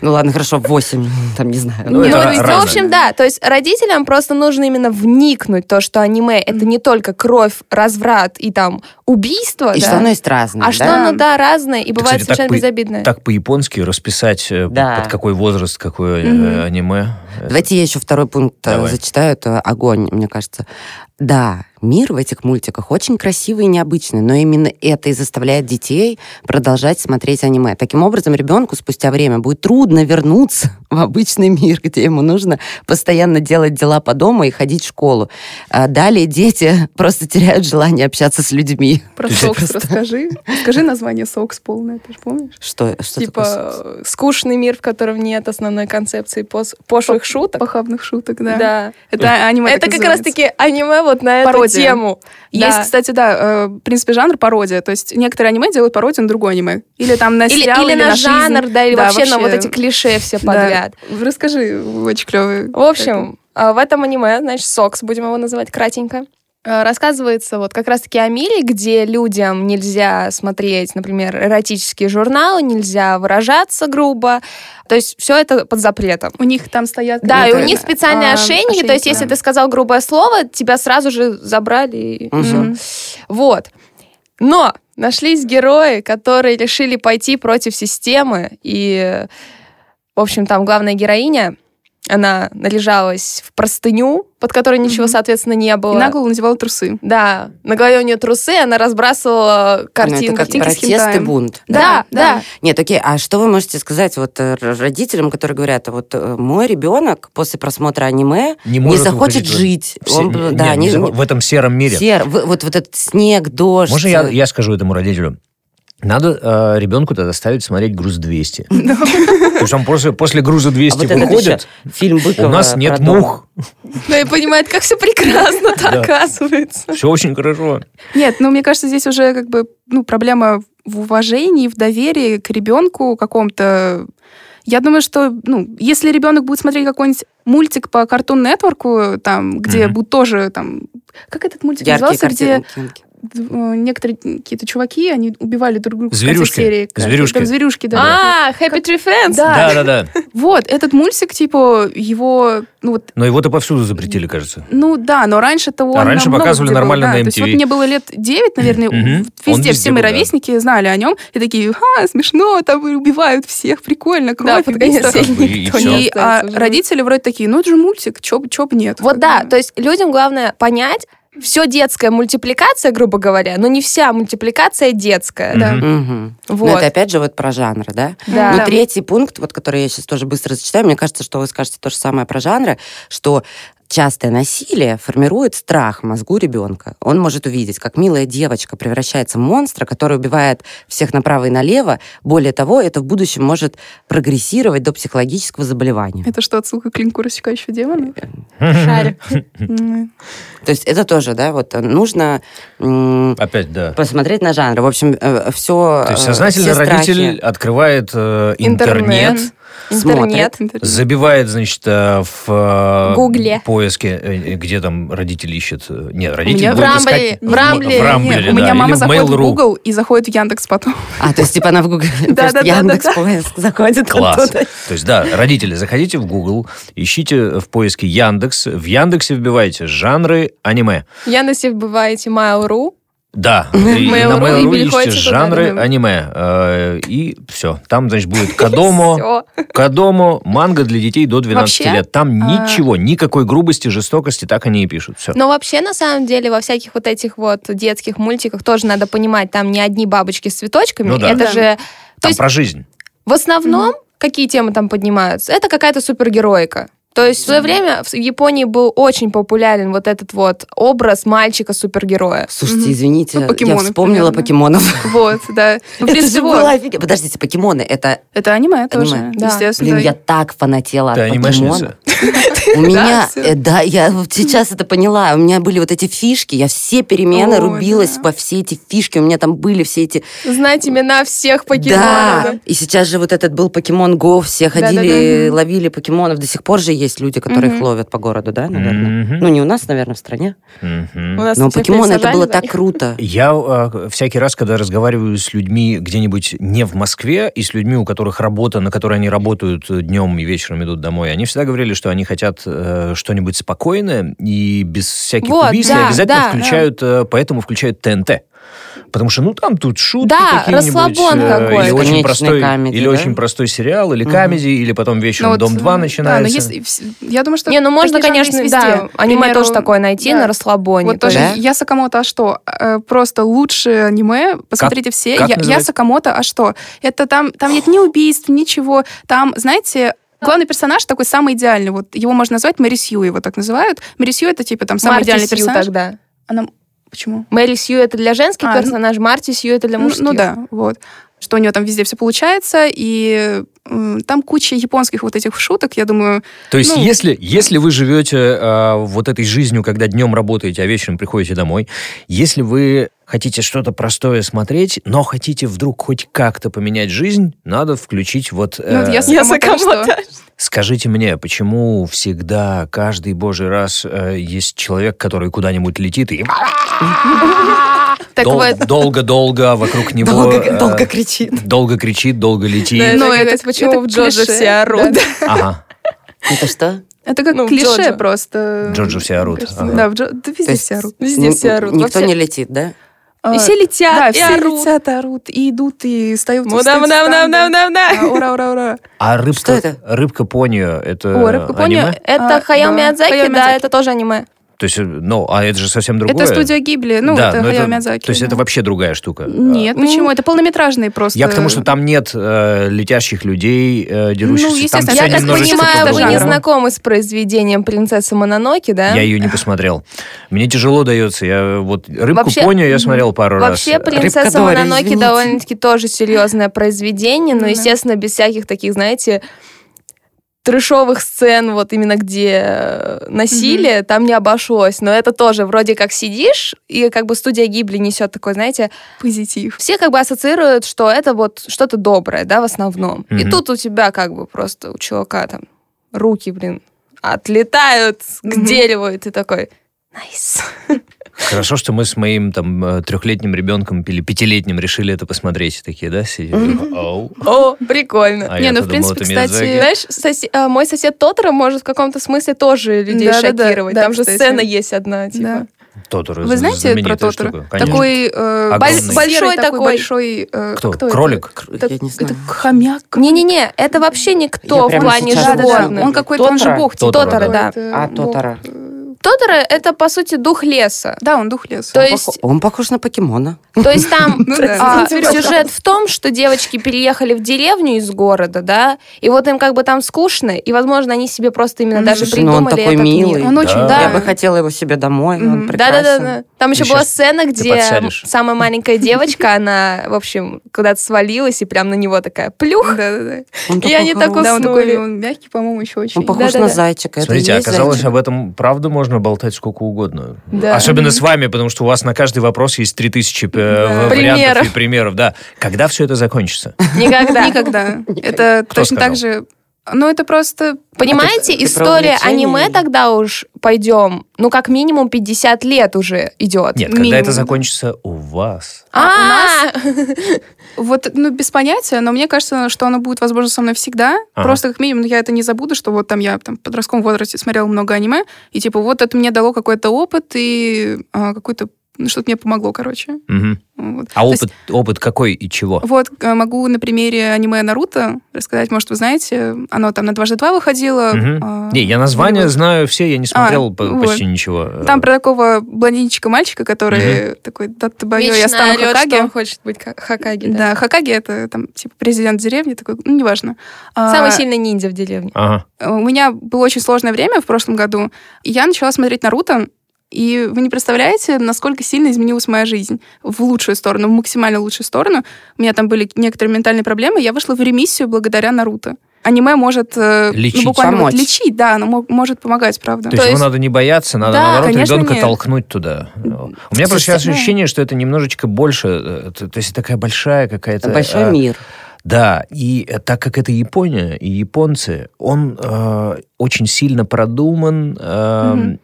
ну ладно, хорошо, 8, там не знаю. Ну, Ну, это то ра- есть, рано. в общем, да. То есть родителям просто нужно именно вникнуть то, что аниме это не только кровь, разврат и там убийство, И да, что оно есть разное. а да? что оно, да, разное и бывает кстати, так совершенно бы- безобидное. Так по-японски расписать, э, Да. под какой возраст, какое э, Мгм. аниме. Давайте я еще второй пункт э, Давай. зачитаю. Это огонь, мне кажется. Да, мир в этих мультиках очень красивый и необычный, но именно это и заставляет детей продолжать смотреть аниме. Таким образом, ребенку спустя время будет трудно вернуться в обычный мир, где ему нужно постоянно делать дела по дому и ходить в школу. А далее дети просто теряют желание общаться с людьми. Про Ты же Сокс просто- расскажи. Скажи название Сокс полное, ты же помнишь? Что, что такое? типа скучный мир, в котором нет основной концепции пос- пошлых шуток. Похабных шуток, да. Да. Это аниме Это так как называется. раз-таки аниме вот на эту Пародия. тему. Есть, Да. кстати, да, э, в принципе, жанр пародия. То есть некоторые аниме делают пародию на другое аниме. Или там на Или, сериал, или на, жизнь. жанр, да, или Да, вообще, на вот эти клише все Да. подряд. Расскажи, очень клевый. В общем, а, в этом аниме, значит, Сокс, будем его называть кратенько, а, рассказывается вот как раз-таки о мире, где людям нельзя смотреть, например, эротические журналы, нельзя выражаться грубо. То есть все это под запретом. у них там стоят... Да, и какие-то, у них специальные а, ошейники, то есть если да. ты сказал грубое слово, тебя сразу же забрали и Мгм. всё. Мгм. Вот. Но нашлись герои, которые решили пойти против системы. И, в общем, там главная героиня, она належалась в простыню, под которой ничего, Мгм. соответственно, не И было. наголо надевала трусы. Да, на голове у нее трусы, она разбрасывала Ну, картинки. это как картинки с протест и хентаем. бунт. Да, да. Да, Нет, окей, а что вы можете сказать вот э, р- родителям, которые говорят, вот э, мой ребенок после просмотра аниме Не не может захочет выходить в- жить. Все- Он, не- да, не- не- не заход- в этом сером мире. Сер- вы- вот, вот этот снег, дождь. Можно я, я скажу этому родителю? Надо э, ребенку тогда ставить смотреть груз 200. Ну. То есть он после, после груза А 200 вот этот выходит, еще фильм Быкова у нас про нет дом. мух. Да, Ну, и понимает, как все прекрасно-то Да. оказывается. Все очень хорошо. Нет, ну, мне кажется, здесь уже как бы ну, проблема в уважении, в доверии к ребенку какому-то. Я думаю, что ну, если ребенок будет смотреть какой-нибудь мультик по картун нетворку, там, где Мгм. будет тоже там. Как этот мультик Яркие назывался, где картинки. э, некоторые какие-то чуваки, они убивали друг друга в Зверюшки. конце серии. Как- Зверюшки. там зверюшки, да. А, Happy Tree Friends? Да. Да-да-да. Вот, этот мультик, типа, его, ну, вот Но его-то повсюду запретили, кажется. Ну да, но раньше-то он... А раньше много показывали где был, нормально да. на То есть MTV. вот мне было лет 9, наверное, Мгм. Он в- везде везде все мои был, да. ровесники знали о нем, и такие, ха, смешно, там и убивают всех, прикольно, Да, кровь, под конец убийство». Как бы серии и никто всё. не И а, остается в живых. родители вроде такие, ну это же мультик, чё, б- чё б нет. Вот да, то есть людям главное понять, все детская мультипликация, грубо говоря, но не вся мультипликация детская. Да. Мгм. Мгм. Вот. Но это опять же вот про жанры, да? Да. Ну, Да. третий пункт, вот который я сейчас тоже быстро зачитаю, мне кажется, что вы скажете то же самое про жанры, что частое насилие формирует страх в мозгу ребенка. Он может увидеть, как милая девочка превращается в монстра, который убивает всех направо и налево. Более того, это в будущем может прогрессировать до психологического заболевания. Это что, отсылка к клинку рассекающего демона? М. То есть это тоже, да, вот э, нужно м, Опять, да. посмотреть на жанры. В общем, э, все... То есть сознательно родитель открывает э, интернет, Интернет. забивает, значит, э, в э, Гугле. поиске, э, где там родитель ищет. э, Нет, родитель меня будет в искать Рамбле, в Рамбле, в Нет, Рамблере, у меня да, мама или в заходит в Mail.ru. Google и заходит в Яндекс потом. А, то есть типа она в Гугле просто да, да, Яндекс поиск заходит Класс. оттуда. То есть, да, родители, заходите в Google, ищите в поиске Яндекс, в Яндексе вбивайте жанры аниме. Я на себе бываете Mail.ru. Да, и Mail.ru, на и Mail.ru ищите переходите туда, жанры да. аниме. э, И все. Там, значит, будет Кадомо, Всё. Кадомо, манга для детей до 12 Вообще, лет. Там а- ничего, никакой грубости, жестокости, так они и пишут. Все. Но вообще, на самом деле, во всяких вот этих вот детских мультиках тоже надо понимать, там не одни бабочки с цветочками. Ну да. Это Да. же Там есть- про жизнь. В основном, какие темы там поднимаются? Это какая-то супергероика. То есть в свое время в Японии был очень популярен вот этот вот образ мальчика-супергероя. Слушайте, Мгм. извините, Ну, я покемоны, вспомнила примерно, да. покемонов. Вот, да. Ну, в Это принципе, же вот. была офигенно. Подождите, покемоны, это, Это аниме тоже, Аниме. Да. естественно. блин, я так фанатела Ты от покемонов. анимешница. У меня, всё. э, да, я вот сейчас это поняла, у меня были вот эти фишки, я все перемены Ой, рубилась да. по все эти фишки, у меня там были все эти... Знать имена всех покемонов. Да, и сейчас же вот этот был покемон Го, все Да-да-да, ходили, мгм. ловили покемонов, до сих пор же есть люди, которые их Мгм. ловят по городу, да, наверное? Мгм. Ну, не у нас, наверное, в стране. Мгм. У нас Но теперь покемон это сажали было за так Ну, них. круто. Я э, всякий раз, когда разговариваю с людьми где-нибудь не в Москве, и с людьми, у которых работа, на которой они работают днем и вечером идут домой, они всегда говорили, что они хотят э, что-нибудь спокойное и без всяких Вот, убийств, и да, обязательно да, включают, э, поэтому включают ТНТ. Потому что, ну, там тут шутки Да, какие-нибудь. расслабон э, какой-то. Или очень Конечный простой, камеди, или да? очень простой сериал, или Мгм. камеди, или потом вечером Ну, Но вот, «Дом 2» да, начинается. но если вс- я думаю, что Не, ну можно, такие жанры конечно, есть да, везде. К аниме примеру, тоже такое найти да. на расслабоне. Вот ну, то тоже есть. да? я Сакамото, а что? Э, Просто лучшее аниме, посмотрите все. как я, я называется? Сакамото, а что? Это там, там нет ни убийств, ничего. Там, знаете, Главный персонаж такой самый идеальный. Вот его можно назвать Мэри Сью, его так называют. Мэри Сью это типа там самый Марти идеальный Сью персонаж. тогда. Она почему? Мэри Сью это для женских А, ну- персонажей, Марти Сью это для Ну, мужских. Ну да, вот. Что у него там везде все получается, и м, там куча японских вот этих шуток, я думаю, То есть, Ну. если, если вы живете а, вот этой жизнью, когда днем работаете, а вечером приходите домой, если вы хотите что-то простое смотреть, но хотите вдруг хоть как-то поменять жизнь, надо включить вот... Ну, вот я э, с- Сакамото, Скажите мне, почему всегда, каждый божий раз э, есть человек, который куда-нибудь летит и так дол- вот. долго-долго вокруг него... э, кричит. долго кричит, долго летит. Ну, Ну, это- это, это почему в Джоджо клише, все орут. да. Ну, Ага. Это что? Это как Ну, в клише Джоджо. просто. Джоджо все орут, Кажется, ага. Ну, Да, в Джо- да То везде есть все орут. А, Везде н- все орут. во Никто все- не летит, да? И А, все летят, Да, и все орут. летят, орут, и идут, и встают. и встают, Мудам, мудам, мудам, встают, да. мудам, мудам. А, Ура, ура, ура. А рыбка, Что это? рыбка понио, это О, рыбка понио. аниме? Это А, Хаяо да. Миядзаки, Хаяо да, Миядзаки. это тоже аниме. То есть, э, ну, а это же совсем другое. Это студия Гибли, ну, Да, это но Хаяо Миядзаки. То есть да. это вообще другая штука. А, Нет, Ну, почему? Это полнометражные просто. Я к тому, что там нет э, летящих людей, э, дерущихся. там Ну, естественно, всё Я так немножечко понимаю, вы по-другому. не знакомы с произведением «Принцесса Мононоки», да? Я ее не посмотрел. Мне тяжело дается. Я вот рыбку Вообще- понио я смотрел пару Вообще, раз. э, «Принцесса «Принцесса Дори», Мононоки» извините. довольно-таки тоже серьезное произведение, но, Да. естественно, без всяких таких, знаете, трешовых сцен, вот именно где э, насилие, там не обошлось. Но это тоже вроде как сидишь, и как бы студия Гибли несет такой, знаете, Позитив. все как бы ассоциируют, что это вот что-то доброе, да, в основном. И Мгм. тут у тебя как бы просто у чувака там руки, блин, отлетают Мгм. к дереву, и ты такой, найс. Хорошо, что мы с моим там э, трехлетним ребенком или пятилетним решили это посмотреть. Такие, да, сидели? Оу. О, прикольно. А Не, я-то ну, в думал, принципе, это кстати, Миядзаки. Знаешь, соси- а, мой сосед Тотора может в каком-то смысле тоже людей Да-да-да, шокировать. да, Там же кстати. сцена есть одна, Да. типа. Тотора, Вы знаете про знаменитая Тотора? штука, конечно. Такой э, Огромный. большой, Большой такой такой. большой. э, Кто? это? Кролик? Так- Я не Это знаю. хомяк. Не-не-не, это вообще Я никто в прямо плане сейчас Да-да-да, животных. Он какой-то, он же Тотора? бог. типа, Тотора, Тотора, да. какой-то э, А, бог. Тотора. Тотора — это, по сути, дух леса. Да, он дух лес. То Он есть- пох- Он похож на покемона. То есть там Ну да. а, Интересно. сюжет в том, что девочки переехали в деревню из города, да, и вот им как бы там скучно, и, возможно, они себе просто именно Мгм. даже Слушай, ну придумали он такой этот милый. Он очень, Да. да. Я бы хотела его себе домой, Мгм. он Да, да, да. прекрасен. Там еще Ты была щас- сцена, где подсядешь. самая маленькая девочка, она, в общем, куда-то свалилась и прям на него такая плюх. Да-да-да. Он Я не такой такой- хороший. Да, он такой Уснули. он мягкий, по-моему, еще очень. Он похож Да-да-да. на зайчика. Это Смотрите, а и есть оказалось, зайчик? об этом правда можно болтать сколько угодно. Э, Да. Особенно с вами, потому что у вас на каждый вопрос есть 3000 э, Да. вариантов Примеров. и примеров. Да. Когда все это закончится? Никогда. Никогда. Это Кто точно так сказал? же... Ну, это просто... Понимаете, Ты про история увлечение аниме или- тогда уж пойдем, ну, как минимум 50 лет уже идет. Нет, Минимум, когда это да. закончится у вас. А, Вот, ну, без понятия, но мне кажется, что оно будет, возможно, со мной всегда. Ага. Просто, как минимум, ну, я это не забуду, что вот там я там, в подростковом возрасте смотрела много аниме, и, типа, вот это мне дало какой-то опыт и а, какой-то... Ну, что-то мне помогло, короче. Мгм. Вот. А То есть опыт, опыт какой и чего? Вот, э, могу на примере аниме «Наруто» рассказать, может, вы знаете, оно там на дважды два выходило. Мгм. а, Не, я названия перевод. знаю все, я не смотрел по- А, вот. почти Э, ничего. Там про такого блондинчика-мальчика, который такой, да ты боё, я Вечно стану орёт, что он Хакаги. хочет быть как Хакаги. да. Да, Хакаги это там типа президент деревни, такой, ну неважно. А, Самый сильный ниндзя в деревне. Ага. У меня было очень сложное время в прошлом году, и я начала смотреть Наруто, и вы не представляете, насколько сильно изменилась моя жизнь в лучшую сторону, в максимально лучшую сторону. У меня там были некоторые ментальные проблемы, я вышла в ремиссию благодаря Наруто. Аниме может э, Лечить, ну, буквально вот помочь. лечить, да, оно мо- может помогать, правда. То, есть есть- его надо не бояться, надо Да, наоборот конечно, ребенка нет. толкнуть туда. У меня Слушайте, просто сейчас ну- ощущение, что это немножечко больше, э, то, то есть такая большая какая-то... Большой э, мир. А Да, и э, так как это Япония и японцы, он э, очень сильно продуман. э, Мгм.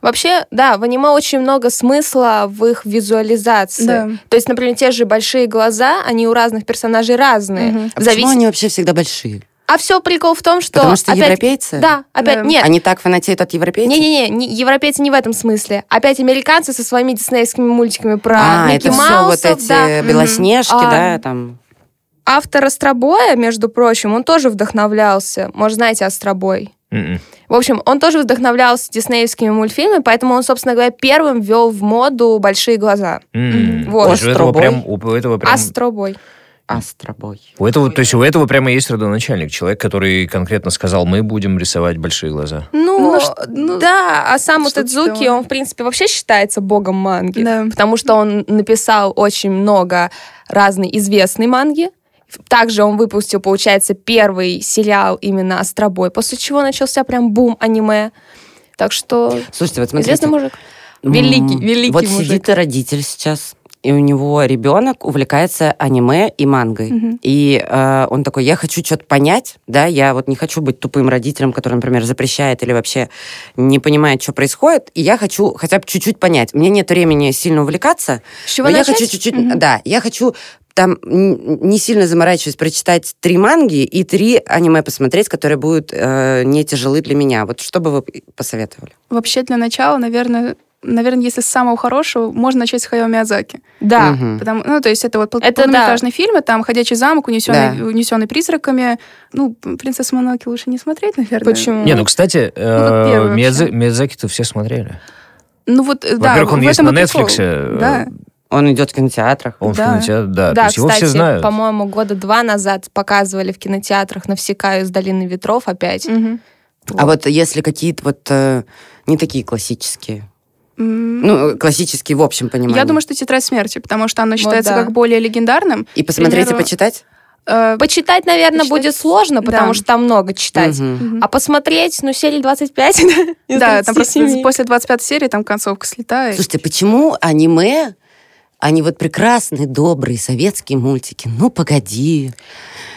Вообще, да, в аниме очень много смысла в их визуализации. Да. То есть, например, те же большие глаза, они у разных персонажей разные. Мгм. А Зависит- почему они вообще всегда большие? А все прикол в том, что... Потому что опять... европейцы? Да, опять... Да. Нет, Они так фанатеют от европейцев? не-не-не, не- европейцы не в этом смысле. Опять американцы со своими диснеевскими мультиками про А, Микки это все вот Маусов, эти да. белоснежки, А, да, там. Автор «Остробоя», между прочим, он тоже вдохновлялся. Может, знаете «Остробой»? М-м. В общем, он тоже вдохновлялся диснеевскими мультфильмами, поэтому он, собственно говоря, первым ввел в моду большие глаза. М. Вот. Слушай, у этого Остробой. прям, у этого прям, Астробой. Астробой. у этого, то есть у этого прямо есть родоначальник, человек, который конкретно сказал, мы будем рисовать большие глаза. Ну, Ну, ш- ну, да, а сам что-то Тедзуки, такое. он, в принципе, вообще считается богом манги. Да. Потому что он написал очень много разной известной манги. Также он выпустил, получается, первый сериал именно «Остробой», после чего начался прям бум аниме. Так что... Слушайте, вот Известный смотрите. мужик. М, великий- великий Вот мужик. сидит родитель сейчас, и у него ребенок увлекается аниме и мангой. Мгм. И э, он такой, я хочу что-то понять, да, я вот не хочу быть тупым родителем, который, например, запрещает или вообще не понимает, что происходит, и я хочу хотя бы чуть-чуть понять. У меня нет времени сильно увлекаться, С чего но я начать? хочу чуть-чуть, Мгм. да, я хочу там н- не сильно заморачиваясь, прочитать три манги и три аниме посмотреть, которые будут э, не тяжелы для меня. Вот что бы вы посоветовали? Вообще для начала, наверное, наверное, если с самого хорошего, можно начать с Хаяо Миядзаки. Да. Мгм. Потому, ну, то есть это вот пол- Это да. полнометражные фильмы, там «Ходячий замок», «Унесенный, Да. унесенный призраками». Ну, «Принцесса Моноки» лучше не смотреть, наверное. Почему? Не, ну, кстати, вот первый вообще. Миядзаки-то все смотрели. Ну вот, э, да. Во-первых, он в есть этом на и прикол. Netflix. э, Да. Он идет в кинотеатрах. Он в Да. кинотеатре, да. Да, То есть его кстати, все знают. по-моему, года два назад показывали в кинотеатрах «Навсекаю из долины ветров» опять. Мгм. А вот если какие-то вот э, не такие классические, М, ну э, классические в общем понимании. Я думаю, что «Тетрадь смерти», потому что оно считается да. как более легендарным. и посмотреть и примеру, почитать. Э, Почитать, наверное, Почитать? будет сложно, потому Да. что там много читать. Мгм. мгм. А посмотреть, ну, серии 25. из да, там просто 37. после 25 серии там концовка слетает. Слушайте, почему аниме, они вот прекрасные, добрые советские мультики. Ну погоди.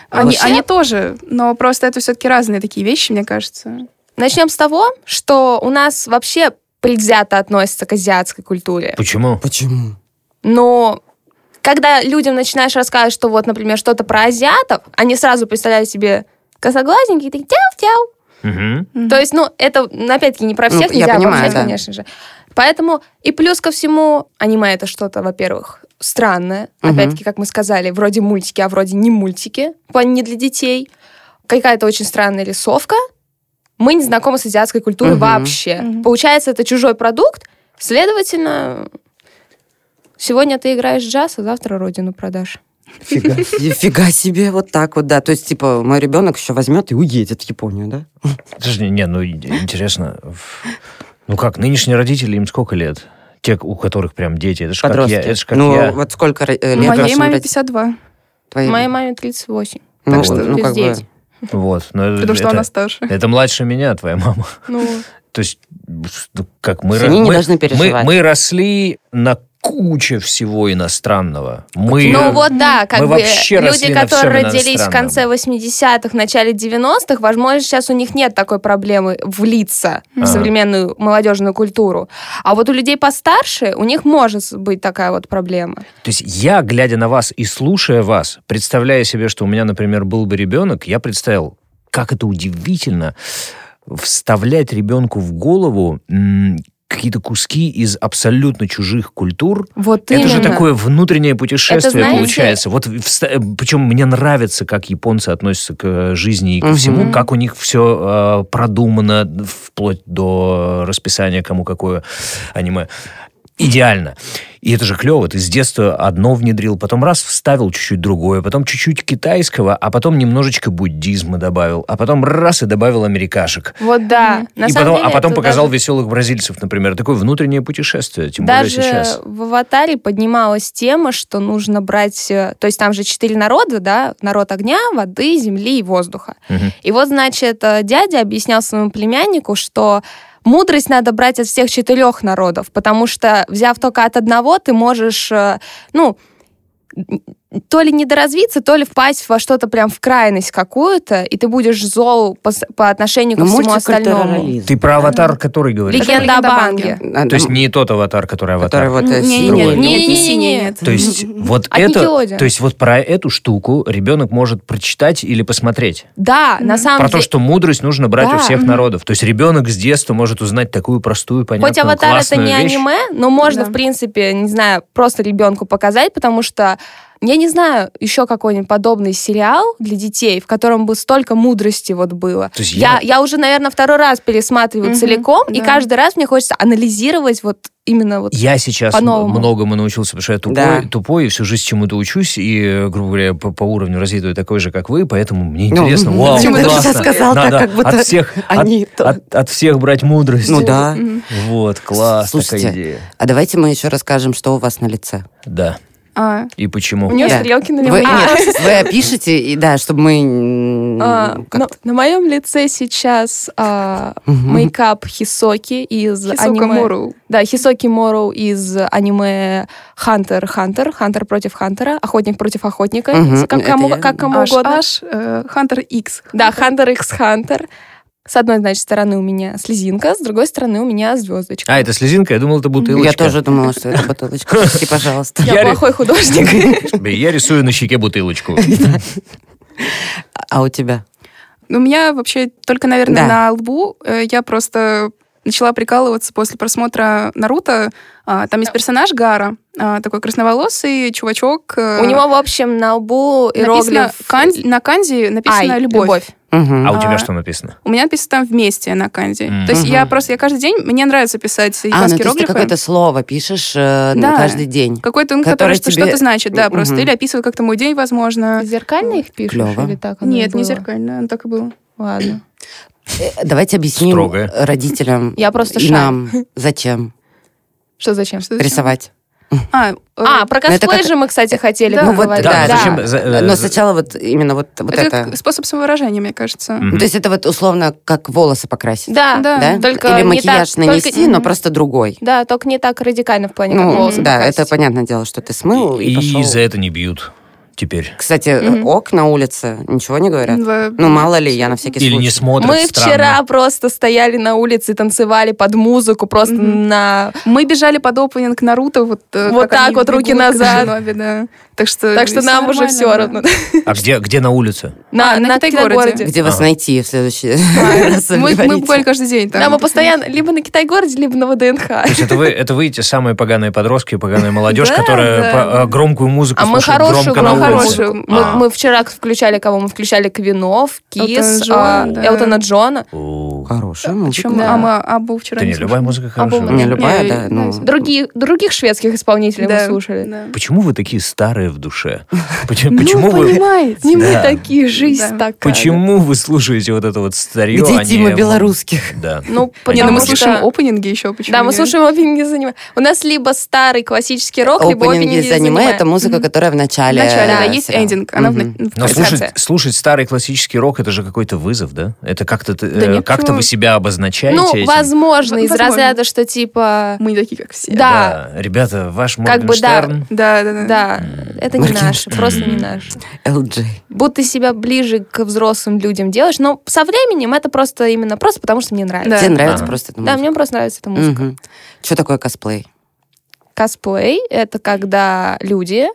Они, а Вообще- они тоже, но просто это все-таки разные такие вещи, мне кажется. Начнем с того, что у нас вообще предвзято относятся к азиатской культуре. Почему? Почему? Но когда людям начинаешь рассказывать, что вот, например, что-то про азиатов, они сразу представляют себе косоглазненькие, такие тяу-тяу. Мгм. Мгм. То есть, ну, это, ну, опять-таки, не про Ну, всех, я нельзя понимаю, обобщать, да. конечно же. Поэтому, и плюс ко всему, аниме это что-то, во-первых, странное. Мгм. Опять-таки, как мы сказали, вроде мультики, а вроде не мультики. В плане не для детей. Какая-то очень странная рисовка. Мы не знакомы с азиатской культурой Мгм. вообще. Мгм. Получается, это чужой продукт, следовательно... Сегодня ты играешь в джаз, а завтра родину продашь. Фига себе, вот так вот, да. То есть, типа, мой ребенок еще возьмет и уедет в Японию, да? Подожди, не, ну и- интересно. в- Ну как, нынешние родители, им сколько лет? Те, у которых прям дети. Это ж как Подростки. я. Это ж как ну, я. вот сколько э, лет Моей вашим маме род- 52, твоим? Моей маме 38. Ну, так что ну, как бы, пиздеть. Вот. но это, потому что она старше. это младше меня, твоя мама. Ну, То есть, ну, как мы... То есть они мы- не должны мы- переживать. Мы, росли на куче всего иностранного. Мы... Ну вот да, как мы бы вообще росли люди, на которые всём родились в иностранном. конце 80-х, начале 90-х, возможно, сейчас у них нет такой проблемы влиться в Ага. современную молодежную культуру. А вот у людей постарше, у них может быть такая вот проблема. То есть я, глядя на вас и слушая вас, представляя себе, что у меня, например, был бы ребенок, я представил, как это удивительно вставлять ребенку в голову м, какие-то куски из абсолютно чужих культур. Вот Это же именно. такое внутреннее путешествие Это, знаете- получается. Вот причем мне нравится, как японцы относятся к э, жизни и ко Мгм. всему, как у них все продумано вплоть до расписания кому какое аниме. Идеально. И это же клево. Ты с детства одно внедрил, потом раз вставил чуть-чуть другое, потом чуть-чуть китайского, а потом немножечко буддизма добавил, а потом раз и добавил америкашек. Вот да. На и самом потом, деле а потом это показал даже- веселых бразильцев, например. Такое внутреннее путешествие, тем Даже более сейчас. в «Аватаре» поднималась тема, что нужно брать... э, То есть там же четыре народа, да? Народ огня, воды, земли и воздуха. Мгм. И вот, значит, э, дядя объяснял своему племяннику, что мудрость надо брать от всех четырех народов, потому что, взяв только от одного, ты можешь, э, ну, то ли недоразвиться, то ли впасть во что-то прям в крайность какую-то, и ты будешь зол по, с- по отношению ко Ну, всему остальному. Мультикультурализм. Ты про аватар, который говоришь? Легенда Легенда о о Банге. То есть не тот аватар, который аватар. А, который вот э, с Не, не, другой. не, другой. не, Не-не-не. синий нет. То есть вот От это, Никелодеона. то есть вот про эту штуку ребенок может прочитать или посмотреть. Да, на Мгм. самом Про деле. то, что мудрость нужно брать у Да, всех мгм. народов. То есть ребенок с детства может узнать такую простую, понятную, Хоть аватар это классную не вещь. аниме, но можно, Да. в принципе, не знаю, просто ребенку показать, потому что я не знаю еще какой-нибудь подобный сериал для детей, в котором бы столько мудрости вот было. То есть Я, я- я уже, наверное, второй раз пересматриваю Мгм, целиком, и да. каждый раз мне хочется анализировать вот именно вот. Я сейчас м- По-новому. многому научился, потому что я тупой, Да. тупой и всю жизнь чему-то учусь, и, э, грубо говоря, по, по уровню развитую такой же, как вы, поэтому мне Ну, интересно, мгм. вау, Почему ты классно. сейчас сказал так, Надо как будто от всех, от- Они то- от- от всех брать мудрость. Ну да. Мгм. Вот, класс, Слушайте. такая идея. А давайте мы еще расскажем, что у вас на лице. Да, А, и почему. У нее Да. стрелки на Вы, моем. нет, вы опишите, и да, чтобы мы... м, А, как- на, на моем лице сейчас а, Мгм. мейкап Хисоки из Хисока аниме. Муру. Да, Хисоки Мору из аниме Хантер Хантер, Хантер против Хантера, Охотник против Охотника, Мгм, если как это кому, я- как кому Аш, угодно. Аш, э, Хантер Икс. Да, Хантер X Хантер. С одной, значит, стороны у меня слезинка, с другой стороны у меня звездочка. А, это слезинка? Я думал, это бутылочка. Я тоже думала, что это бутылочка. Прости, пожалуйста. Я Я ре- плохой художник. Я рисую на щеке бутылочку. А у тебя? У меня вообще только, наверное, Да. на лбу э, я просто начала прикалываться после просмотра Наруто. А, Там есть персонаж Гара, а, такой красноволосый чувачок. э, У него, в общем, на лбу написано иероглиф кан- на канзи написано Ай, любовь. любовь. А Мгм. у тебя А. что написано? У меня написано там вместе на канзи. М. То есть я Мгм. просто я каждый день мне нравится писать А, японские ну то есть ты иероглифы. какое-то слово пишешь э, на Да. каждый день. Какой-то, ну, который который, что- тебе- что-то значит, да, просто. Мгм. Или описывает как-то мой день, А. возможно. Зеркально их пишешь? Клёво. Или так оно и Нет, не было? зеркально, оно так и было. Ладно. Э, Давайте объясним Строгое. родителям Я просто и шарю. нам, зачем Что зачем? Что зачем? рисовать. А, э, А, про Ну, это косплей как- же мы, кстати, хотели Да. Ну вот, поговорить. Да, да, да. зачем- за- э, за- Но сначала вот именно вот, вот это, это. способ самовыражения, мне кажется. Мгм. Ну, То есть это вот условно как волосы покрасить. Да, Да. Да? Только Или не макияж так- нанести, только- но просто другой. Да, только не так радикально в плане, как Ну, волосы да, покрасить. это понятное дело, что ты смыл и, И, пошел. за это не бьют теперь. Кстати, э, Мгм. окна улицы ничего не говорят. В- Ну, мало ли, я на всякий Или не случай. смотрят Мы странно. вчера просто стояли на улице и танцевали под музыку, просто Мгм. на... Мы бежали под опенинг Наруто, вот, э, Вот как так они вот, руки бегут к назад. Шиноби, да. Так что, Так что всё нам уже нормально, все да. равно. А где, где на улице? А, На, на на Китай-городе. Китай-городе. Где вас Ага. найти в следующий раз? вы Мы, мы говорите. буквально каждый день там. Да, мы постоянно либо на Китай-городе, либо на ВДНХ. То есть это вы, это вы и те самые поганые подростки, поганая молодежь, Да, которая да. по- э, громкую музыку А мы слушает хорошую, громко на мы улице. хорошую. хорошую. Мы, А. мы вчера включали кого? Мы включали Квинов, Кис, Элтон а, Джон, да. Элтона Джона. О, Хорошая музыка. Причём, Да. а мы Абу вчера А Да не, любая слушали. музыка Абу- хорошая. Не Не, любая, я- да. да, ну. если- Другие, других шведских исполнителей Да, мы слушали. да. Почему вы такие старые в душе? Поч- Почему ну, вы... понимаете, мы Да. такие, жизнь Да. такая. Почему вы слушаете вот это вот старье? Где а не- Тима Белорусских? Да. Ну, Не, ну потому мы что- слушаем опенинги еще, почему Да, мы нет? слушаем опенинги из аниме. У нас либо старый классический рок, либо Опенинги опенинги из аниме — это музыка, Мгм. которая в В начале... начале, да, э, есть сериала. эндинг. Она в на- Мгм. в Но конце. слушать, конце. слушать старый классический рок это же какой-то вызов, да? Это как-то ты, Да э, нет, как-то почему? вы себя обозначаете. Ну, этим? возможно, В- из возможно. разряда, что типа... Мы не такие, как все. Да. ребята, ваш Как бы, да. Моргенштерн. Да, да, да. Да, это не наше, Моргенштерн. просто не наше. LG. Будто себя ближе к взрослым людям делаешь, но со временем это просто именно просто потому, что мне нравится. Да. Тебе нравится Ага. просто Да, эта музыка? мне просто нравится эта музыка. Что такое косплей? Косплей — это когда люди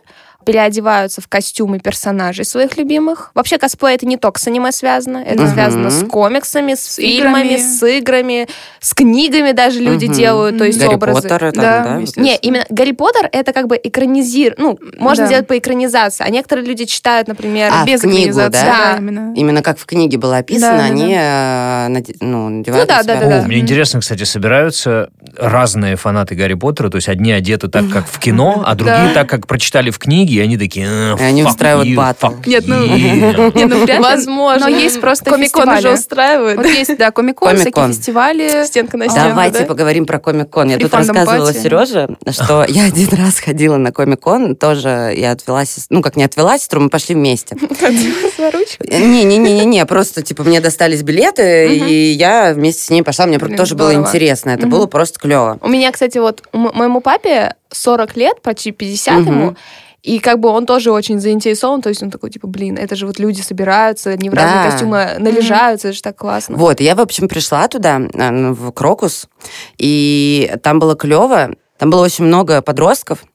переодеваются в костюмы персонажей своих любимых. Вообще косплей — это не только с аниме связано, это Мгм. связано с комиксами, с, С фильмами, играми. с играми, с книгами даже люди Мгм. делают, Мгм. то есть Гарри образы. Поттер, там, Да, да? естественно. Не, именно Гарри Поттер это как бы экранизир, ну можно Да. делать по экранизации, а некоторые люди читают, например, А, Без в книгу, экранизации, да? да, Да. именно. Именно как в книге было описано, Да, да, они э, наде- ну, надевают Ну на да, да, себя. да, да. О, мне интересно, кстати, собираются разные фанаты Гарри Поттера, то есть одни одеты так, как в кино, а другие Да. так, как прочитали в книге, и они такие... «Э, И они fuck устраивают you, батл. fuck Нет, ну- you». Не, ну вряд ли. Возможно. Но есть просто Комикон фестивали. уже устраивает. Вот есть, да, комикон, всякие Комик-кон. фестивали. Стенка на стенку, Давайте да? поговорим про Комик-кон. Я При тут фандом рассказывала пати. Сереже, что я один раз ходила на Комик-кон, тоже я отвела сестру, ну как не отвела сестру, мы пошли вместе. А За ручку. Не-не-не-не, просто типа мне достались билеты, Мгм. и я вместе с ней пошла, мне Блин, тоже было здорово. интересно, это Мгм. было просто клево. У меня, кстати, вот м- моему папе 40 лет, почти 50 ему, Мгм. И как бы он тоже очень заинтересован, то есть он такой, типа, блин, это же вот люди собираются, они в разные Да. костюмы наряжаются, это же так классно. Вот, я, в общем, пришла туда, э, в Крокус, и там было клево. Там было очень много подростков. И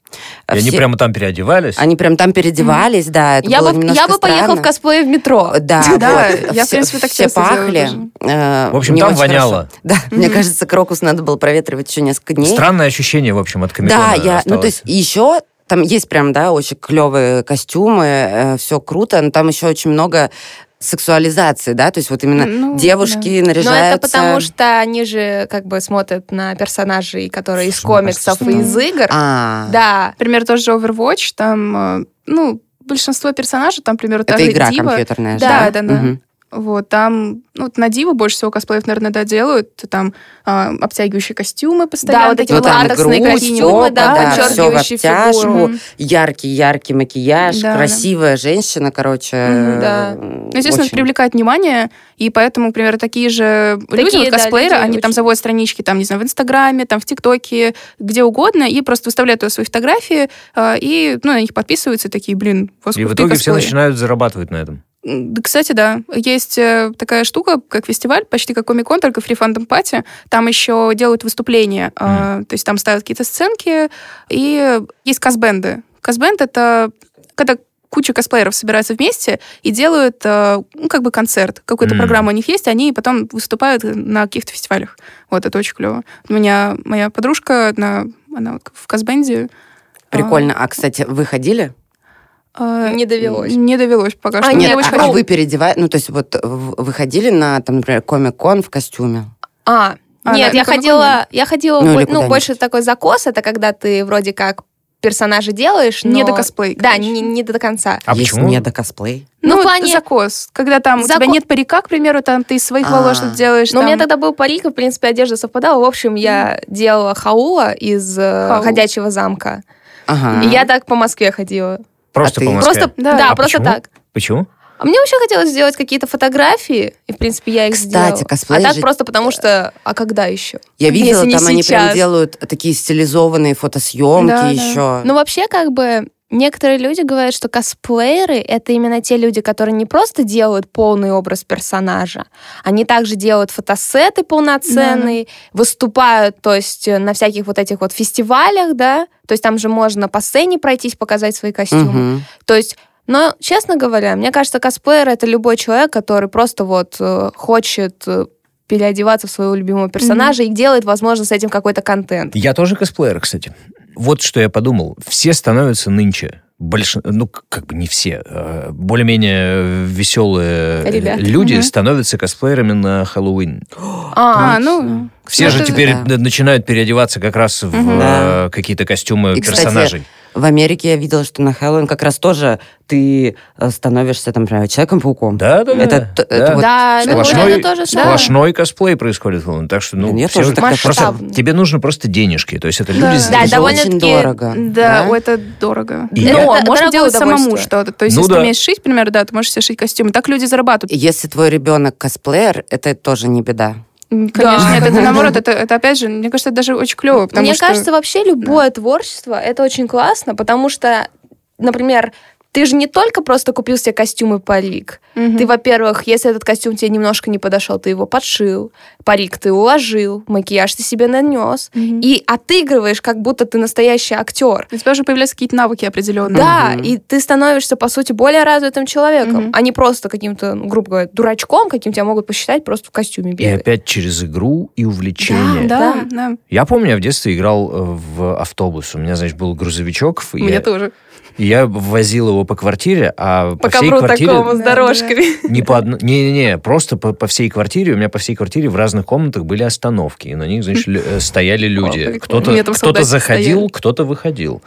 они А Все- прямо там переодевались. Они прям там переодевались, да. Это Я было бы, я немножко бы поехала в странно. косплее в метро. Да, Да, вот. я, в Все- принципе, так все часто делаю пахли. тоже. Э, В общем, мне там очень воняло. хорошо. Да, мне Мгм. кажется, крокус надо было проветривать еще несколько дней. Странное ощущение, в общем, от комикона Да, я, ну то осталось. есть еще там есть прям, да, очень клевые костюмы, все круто, но там еще очень много сексуализации, да, то есть вот именно Ну, девушки Но наряжаются. это потому, что они же как бы смотрят на персонажей, которые из Слушай, мне кажется, комиксов и что из игр. А, Да. Например, тоже Overwatch, там, э, ну, большинство персонажей, там, например, та это же игра Дива. компьютерная. Да, же, да, да. Мгм. Вот, там, ну, вот на Диву больше всего косплеев, наверное, да, делают. Там а, обтягивающие костюмы постоянно. вот эти такие Ну, вот там и латексные грудь, костюмы, да, попа, да, всё в подчеркивающие обтяжку. фигуру. Мгм. Яркий-яркий макияж, Да, да. красивая женщина, короче. Мгм, да. э, Ну, естественно, это очень. привлекает внимание, и поэтому, например, такие же люди, Такие, вот да, косплееры, люди они там очень- заводят странички, там, не знаю, в Инстаграме, там, в ТикТоке, где угодно, и просто выставляют туда свои фотографии, а, и, ну, на них подписываются и такие, блин, у вас И в крутые итоге все косплеи». начинают зарабатывать на этом. М, да, Кстати, да, есть э, такая штука, как фестиваль, почти как Комик-кон, только Free Fandom Party. Там еще делают выступления, э, то есть там ставят какие-то сценки, и есть касбенды. Касбенд — это когда куча косплееров собираются вместе и делают э, ну, как бы концерт. Какую-то М. программа у них есть, они потом выступают на каких-то фестивалях. Вот, это очень клево. У меня моя подружка, одна, она вот в касбенде. а, Прикольно. А, кстати, вы ходили? э, Не довелось. Не довелось пока А, что. нет, Я очень а, хочу. вы переодевали, ну, то есть вот э, в- вы ходили на, там, например, комик-кон в костюме? А, А, нет, на- на Комик-коне? я ходила, я ходила, Ну, бо- или ну, куда-нибудь. больше такой закос, это когда ты вроде как персонажа делаешь, но... Не до косплей, Да, короче. не, не до конца. А Есть почему? не до косплей. Ну, Ну, в вот плане- закос. Когда там у тебя Зако- нет парика, к примеру, там ты из своих волос что-то А. делаешь. Но у меня там. тогда был парик, и, в принципе, одежда совпадала. В общем, я делала хаула из э, Хаул. «Ходячего замка». Ага. И я так по Москве ходила. Просто А ты? по Москве. Просто, Да. да, А просто почему? так. Почему? А мне вообще хотелось сделать какие-то фотографии, и, в принципе, я их Кстати, сделала. косплей А так же- просто потому что, а когда еще? Я видела, Если не там они прям сейчас. делают такие стилизованные фотосъемки Да, да. еще. Ну, вообще, как бы, некоторые люди говорят, что косплееры — это именно те люди, которые не просто делают полный образ персонажа, они также делают фотосеты полноценные, выступают, то есть, э, на всяких вот этих вот фестивалях, да, то есть там же можно по сцене пройтись, показать свои костюмы. Мгм. То есть, но, честно говоря, мне кажется, косплеер — это любой человек, который просто вот э, хочет э, переодеваться в своего любимого персонажа и делает, возможно, с этим какой-то контент. Я тоже косплеер, кстати. Вот что я подумал. Все становятся нынче. Больш... Ну, к- как бы не все. а Более-менее веселые э, Ребята. люди Мгм. становятся косплеерами на Хэллоуин. А, А, ну, Все Ну, же это- теперь да. н- начинают переодеваться как раз в Мгм. Да. э, какие-то костюмы И, кстати, персонажей. В Америке я видела, что на Хэллоуин как раз тоже ты э, становишься, там, например, Человеком-пауком. Да, да, да. Это т- это вот да, ну, Сплошной, это тоже шаг. сплошной косплей происходит, Лун. Так что, ну, Блин, я все тоже же- так просто Масштабно. тебе нужно просто денежки. То есть это люди Да. с- Да, Это очень довольно-таки, дорого. да, о, это дорого. И- Но Это можно дорогое делать самому удовольствие. что-то. То есть, Ну если да. ты умеешь шить, например, да, ты можешь себе шить костюмы. Так люди зарабатывают. Если твой ребенок косплеер, это тоже не беда. М, Конечно, нет, это наоборот, это, это опять же, мне кажется, это даже очень клево, потому Мне что... кажется, вообще любое творчество это очень классно, потому что, например, ты же не только просто купил себе костюм и парик. Мгм. Ты, во-первых, если этот костюм тебе немножко не подошел, ты его подшил, парик ты уложил, макияж ты себе нанес. Мгм. И отыгрываешь, как будто ты настоящий актер. У тебя уже появляются какие-то навыки определенные. Да, Мгм. и ты становишься, по сути, более развитым человеком, Мгм. а не просто каким-то, ну, грубо говоря, дурачком, каким тебя могут посчитать просто в костюме И бегать. опять через игру и увлечение. Да, да. Я помню, я в детстве играл э, в автобус. У меня, значит, был грузовичок. У и меня я, тоже. и я возил его по квартире, а по, По всей ковру квартире... такому с Да, да. дорожками. Не по одной... Не-не-не, просто по, по всей квартире. У меня по всей квартире в разных комнатах были остановки. И на них, значит, лю- э, стояли О, люди. прикольно. У Кто-то меня там кто солдатики заходил, стояли. кто-то выходил.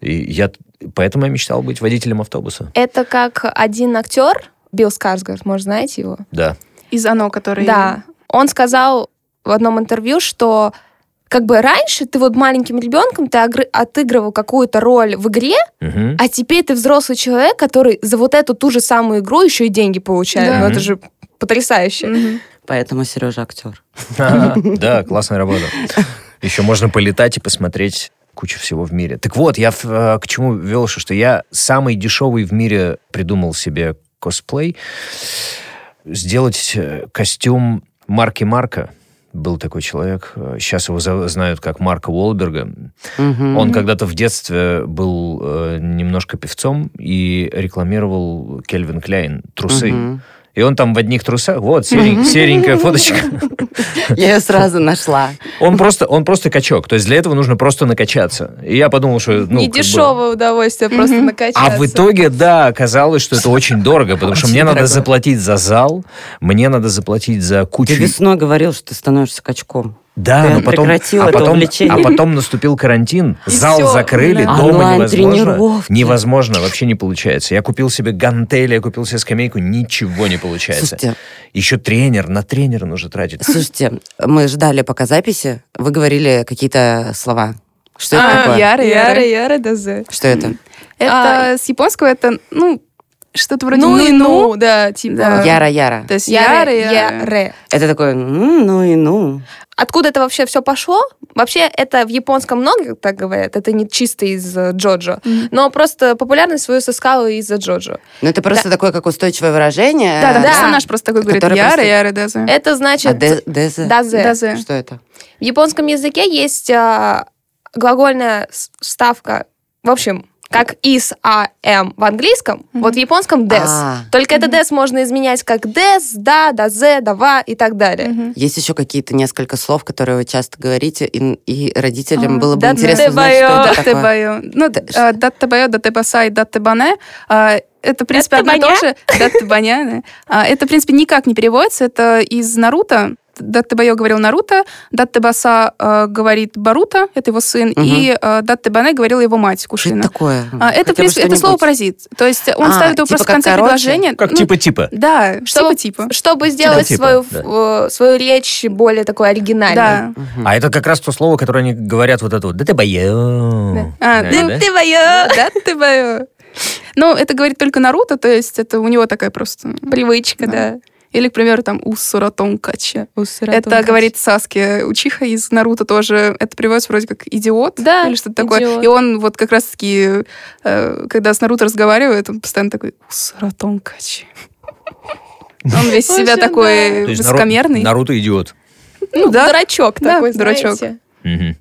И я... Поэтому я мечтал быть водителем автобуса. Это как один актер, Билл Скарсгард, может, знаете его? Да. Из оно, который... Да. Он сказал в одном интервью, что как бы раньше ты вот маленьким ребенком ты огры- отыгрывал какую-то роль в игре, Мгм. а теперь ты взрослый человек, который за вот эту ту же самую игру еще и деньги получает. Да. Ну это же потрясающе. Мгм. Поэтому Сережа актер. Да, классная работа. Еще можно полетать и посмотреть, куча всего в мире. Так вот, я э, к чему вел, что я самый дешевый в мире придумал себе косплей. Сделать э, костюм марки Марка. Был такой человек. э, Сейчас его за- знают как Марка Уолберга. Мгм. Он когда-то в детстве был э, немножко певцом и рекламировал Кельвин Кляйн трусы. Мгм. И он там в одних трусах. Вот, серень- серенькая фоточка. Я ее сразу нашла. Он просто, он просто качок. То есть для этого нужно просто накачаться. И я подумал, что... Ну, как бы- Недешевое удовольствие просто Мгм. накачаться. А в итоге, да, оказалось, что это очень дорого, потому что Очень мне надо дорого. заплатить за зал, мне надо заплатить за Ты кучу... весной говорил, что ты становишься качком. Да, Ты но потом, прекратил а, это потом, увлечение. а потом наступил карантин, И зал всё, закрыли, да. дома невозможно. Онлайн-тренировки. Невозможно, вообще не получается. Я купил себе гантели, я купил себе скамейку, ничего не получается. Слушайте, Еще тренер, на тренера нужно тратить. слушайте, мы ждали пока записи. Вы говорили какие-то слова. Что это А, такое? я- Яры, яры. Яры, яры, да зе. Что это? Это с японского это, ну, что-то вроде Ну и ну, да, Да. типа. Яра-яра. То есть Яры, яры, яры. яры. Это такое, «М, ну и ну. Откуда это вообще все пошло? Вообще, это в японском много так говорят, это не чисто из э, Джоджо. Мгм. Но просто популярность свою сыскала из-за Джоджо. Ну это просто такое, как устойчивое выражение. а, Да, там Да. персонаж просто такой говорит, Который яры, просто- яры, да, за». Это А значит... де- дезе? дазе. Дазе. Что это? В японском языке есть а, глагольная с- ставка, в общем, как is, а, am в английском, Мгм. вот в японском des. А, Только это des можно изменять как des, да, дазе, дава и так далее. Мгм. Есть еще какие-то несколько слов, которые вы часто говорите, и, и родителям А, было бы да, интересно узнать, что Даттебайо, это такое. даттебайо. Ну, Т- д- а, даттебайо, даттебасай, даттебане. А, Это, в принципе, одно и то же. Даттебаня, да. А, Это, в принципе, никак не переводится. Это из Наруто. Даттебайо говорил Наруто, Даттебаса э, говорит Барута, это его сын, Мгм. и э, Даттебане говорила его мать, Что это Кушина. такое? А, Это, Хотя в бы принципе, это что-нибудь. слово паразит. То есть он А, ставит его типа просто в как типа конце короче? предложения. Как Ну, типа-типа. Да, Чтобы- типа-типа. Чтобы сделать типа, свою, да. э, свою речь более такой оригинальной. Да. Мгм. А это как раз то слово, которое они говорят вот это вот. Да ты боё». А, Да, ты- да? Ты моя Да, ты бою. Ну, это говорит только Наруто, то есть это у него такая просто... привычка, Да. да. Или, к примеру, там Уссура Тонкачи. Это говорит Саски э, Учиха из Наруто тоже. Это переводится вроде как идиот Да, или что-то такое. «идиот». И он вот как раз-таки, э, когда с Наруто разговаривает, он постоянно такой Уссура Тонкачи. Он весь из себя Вообще, такой То есть Нару- высокомерный. Наруто идиот. Ну да. Дурачок Да, такой, дурачок. знаете. Мгм.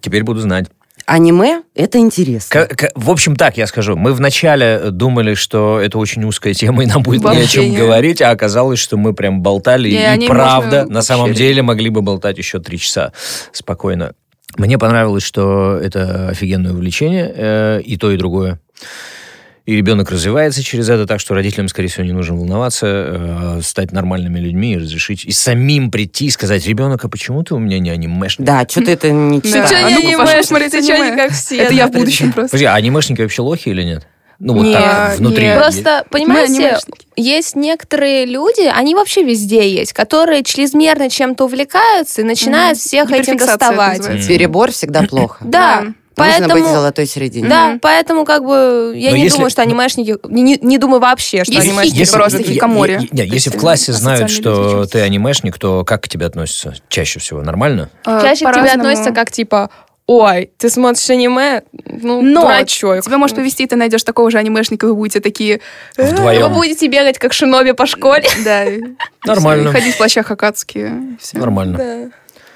Теперь буду знать. Аниме — это интересно. К- к- в общем, так я скажу. Мы вначале думали, что это очень узкая тема, и нам будет не о Вообще чем нет. говорить, а оказалось, что мы прям болтали, И о и, ней правда, можно на самом вообще- деле могли бы болтать еще три часа спокойно. Мне понравилось, что это офигенное увлечение, э, и то, и другое. И ребенок развивается через это, так что родителям, скорее всего, не нужно волноваться, э, стать нормальными людьми и разрешить, и самим прийти и сказать, ребенок, а почему ты у меня не анимешник? Да, что-то это не Да. читаю. Чё Че А не ну-ка, пошёл анимешник, смотреть ты чё аниме. не как все? Это я в будущем просто. Подожди, а анимешники вообще лохи или нет? Ну, вот Не, так, внутри. не. Просто, Мы понимаете, анимешники. есть некоторые люди, они вообще везде есть, которые чрезмерно чем-то увлекаются и начинают Мгм. всех этим Гиперфиксация это доставать. называется. Перебор всегда плохо. Да, Нужно Нужно быть в поэтому... золотой середине. Да, Мгм. поэтому как бы я Но не если- думаю, что анимешники... Не, не- не думаю вообще, что Есть анимешники... хищники просто, такие комори. е- нет, То если есть, в классе э, знают, асоциальные что люди ты анимешник, то как к тебе относятся чаще всего? Нормально? А, Чаще к тебе по-разному. относятся как типа, ой, ты смотришь аниме, ну, Но дурачок. Тебя может повести, ты найдешь такого же анимешника, и вы будете такие... «Э, Вы Вдвоем. будете бегать как шиноби по школе. Да. и всё, Нормально. и Ходить в плащах акацкие. всё. Нормально.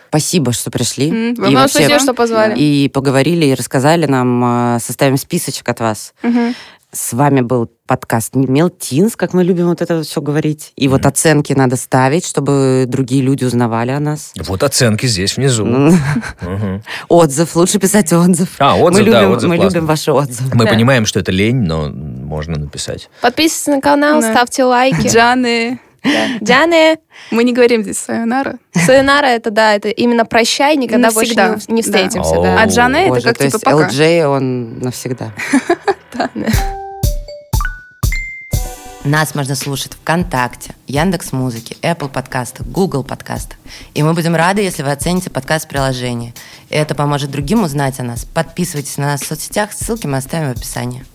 Спасибо, что пришли. М, И вам вообще- спасибо, что позвали. И поговорили, и рассказали нам, э, составим списочек от вас. Мгм. С вами был подкаст Мелтинс, как мы любим вот это все говорить. И вот Мгм. оценки надо ставить, чтобы другие люди узнавали о нас. Вот оценки здесь Ну. внизу. Мгм. Отзыв. Лучше писать отзыв. А, отзыв, мы да, любим, отзыв мы классный. любим ваши отзывы. Мы Да. понимаем, что это лень, но можно написать. Подписывайтесь на канал, Да. ставьте лайки. Джаны. Да. Дианы, Мы не говорим здесь э, «сайонара». Сайонара, это да, это именно прощай, никогда больше Навсегда. не, не Да. встретимся. О. да. А Джане — Боже, это как то типа есть «пока». LJ, он навсегда. Нас можно слушать ВКонтакте, Яндекс Музыки, Apple подкастах, Google подкастах. И мы будем рады, если вы оцените подкаст приложение. Это поможет другим узнать о нас. Подписывайтесь на нас в соцсетях, ссылки мы оставим в описании.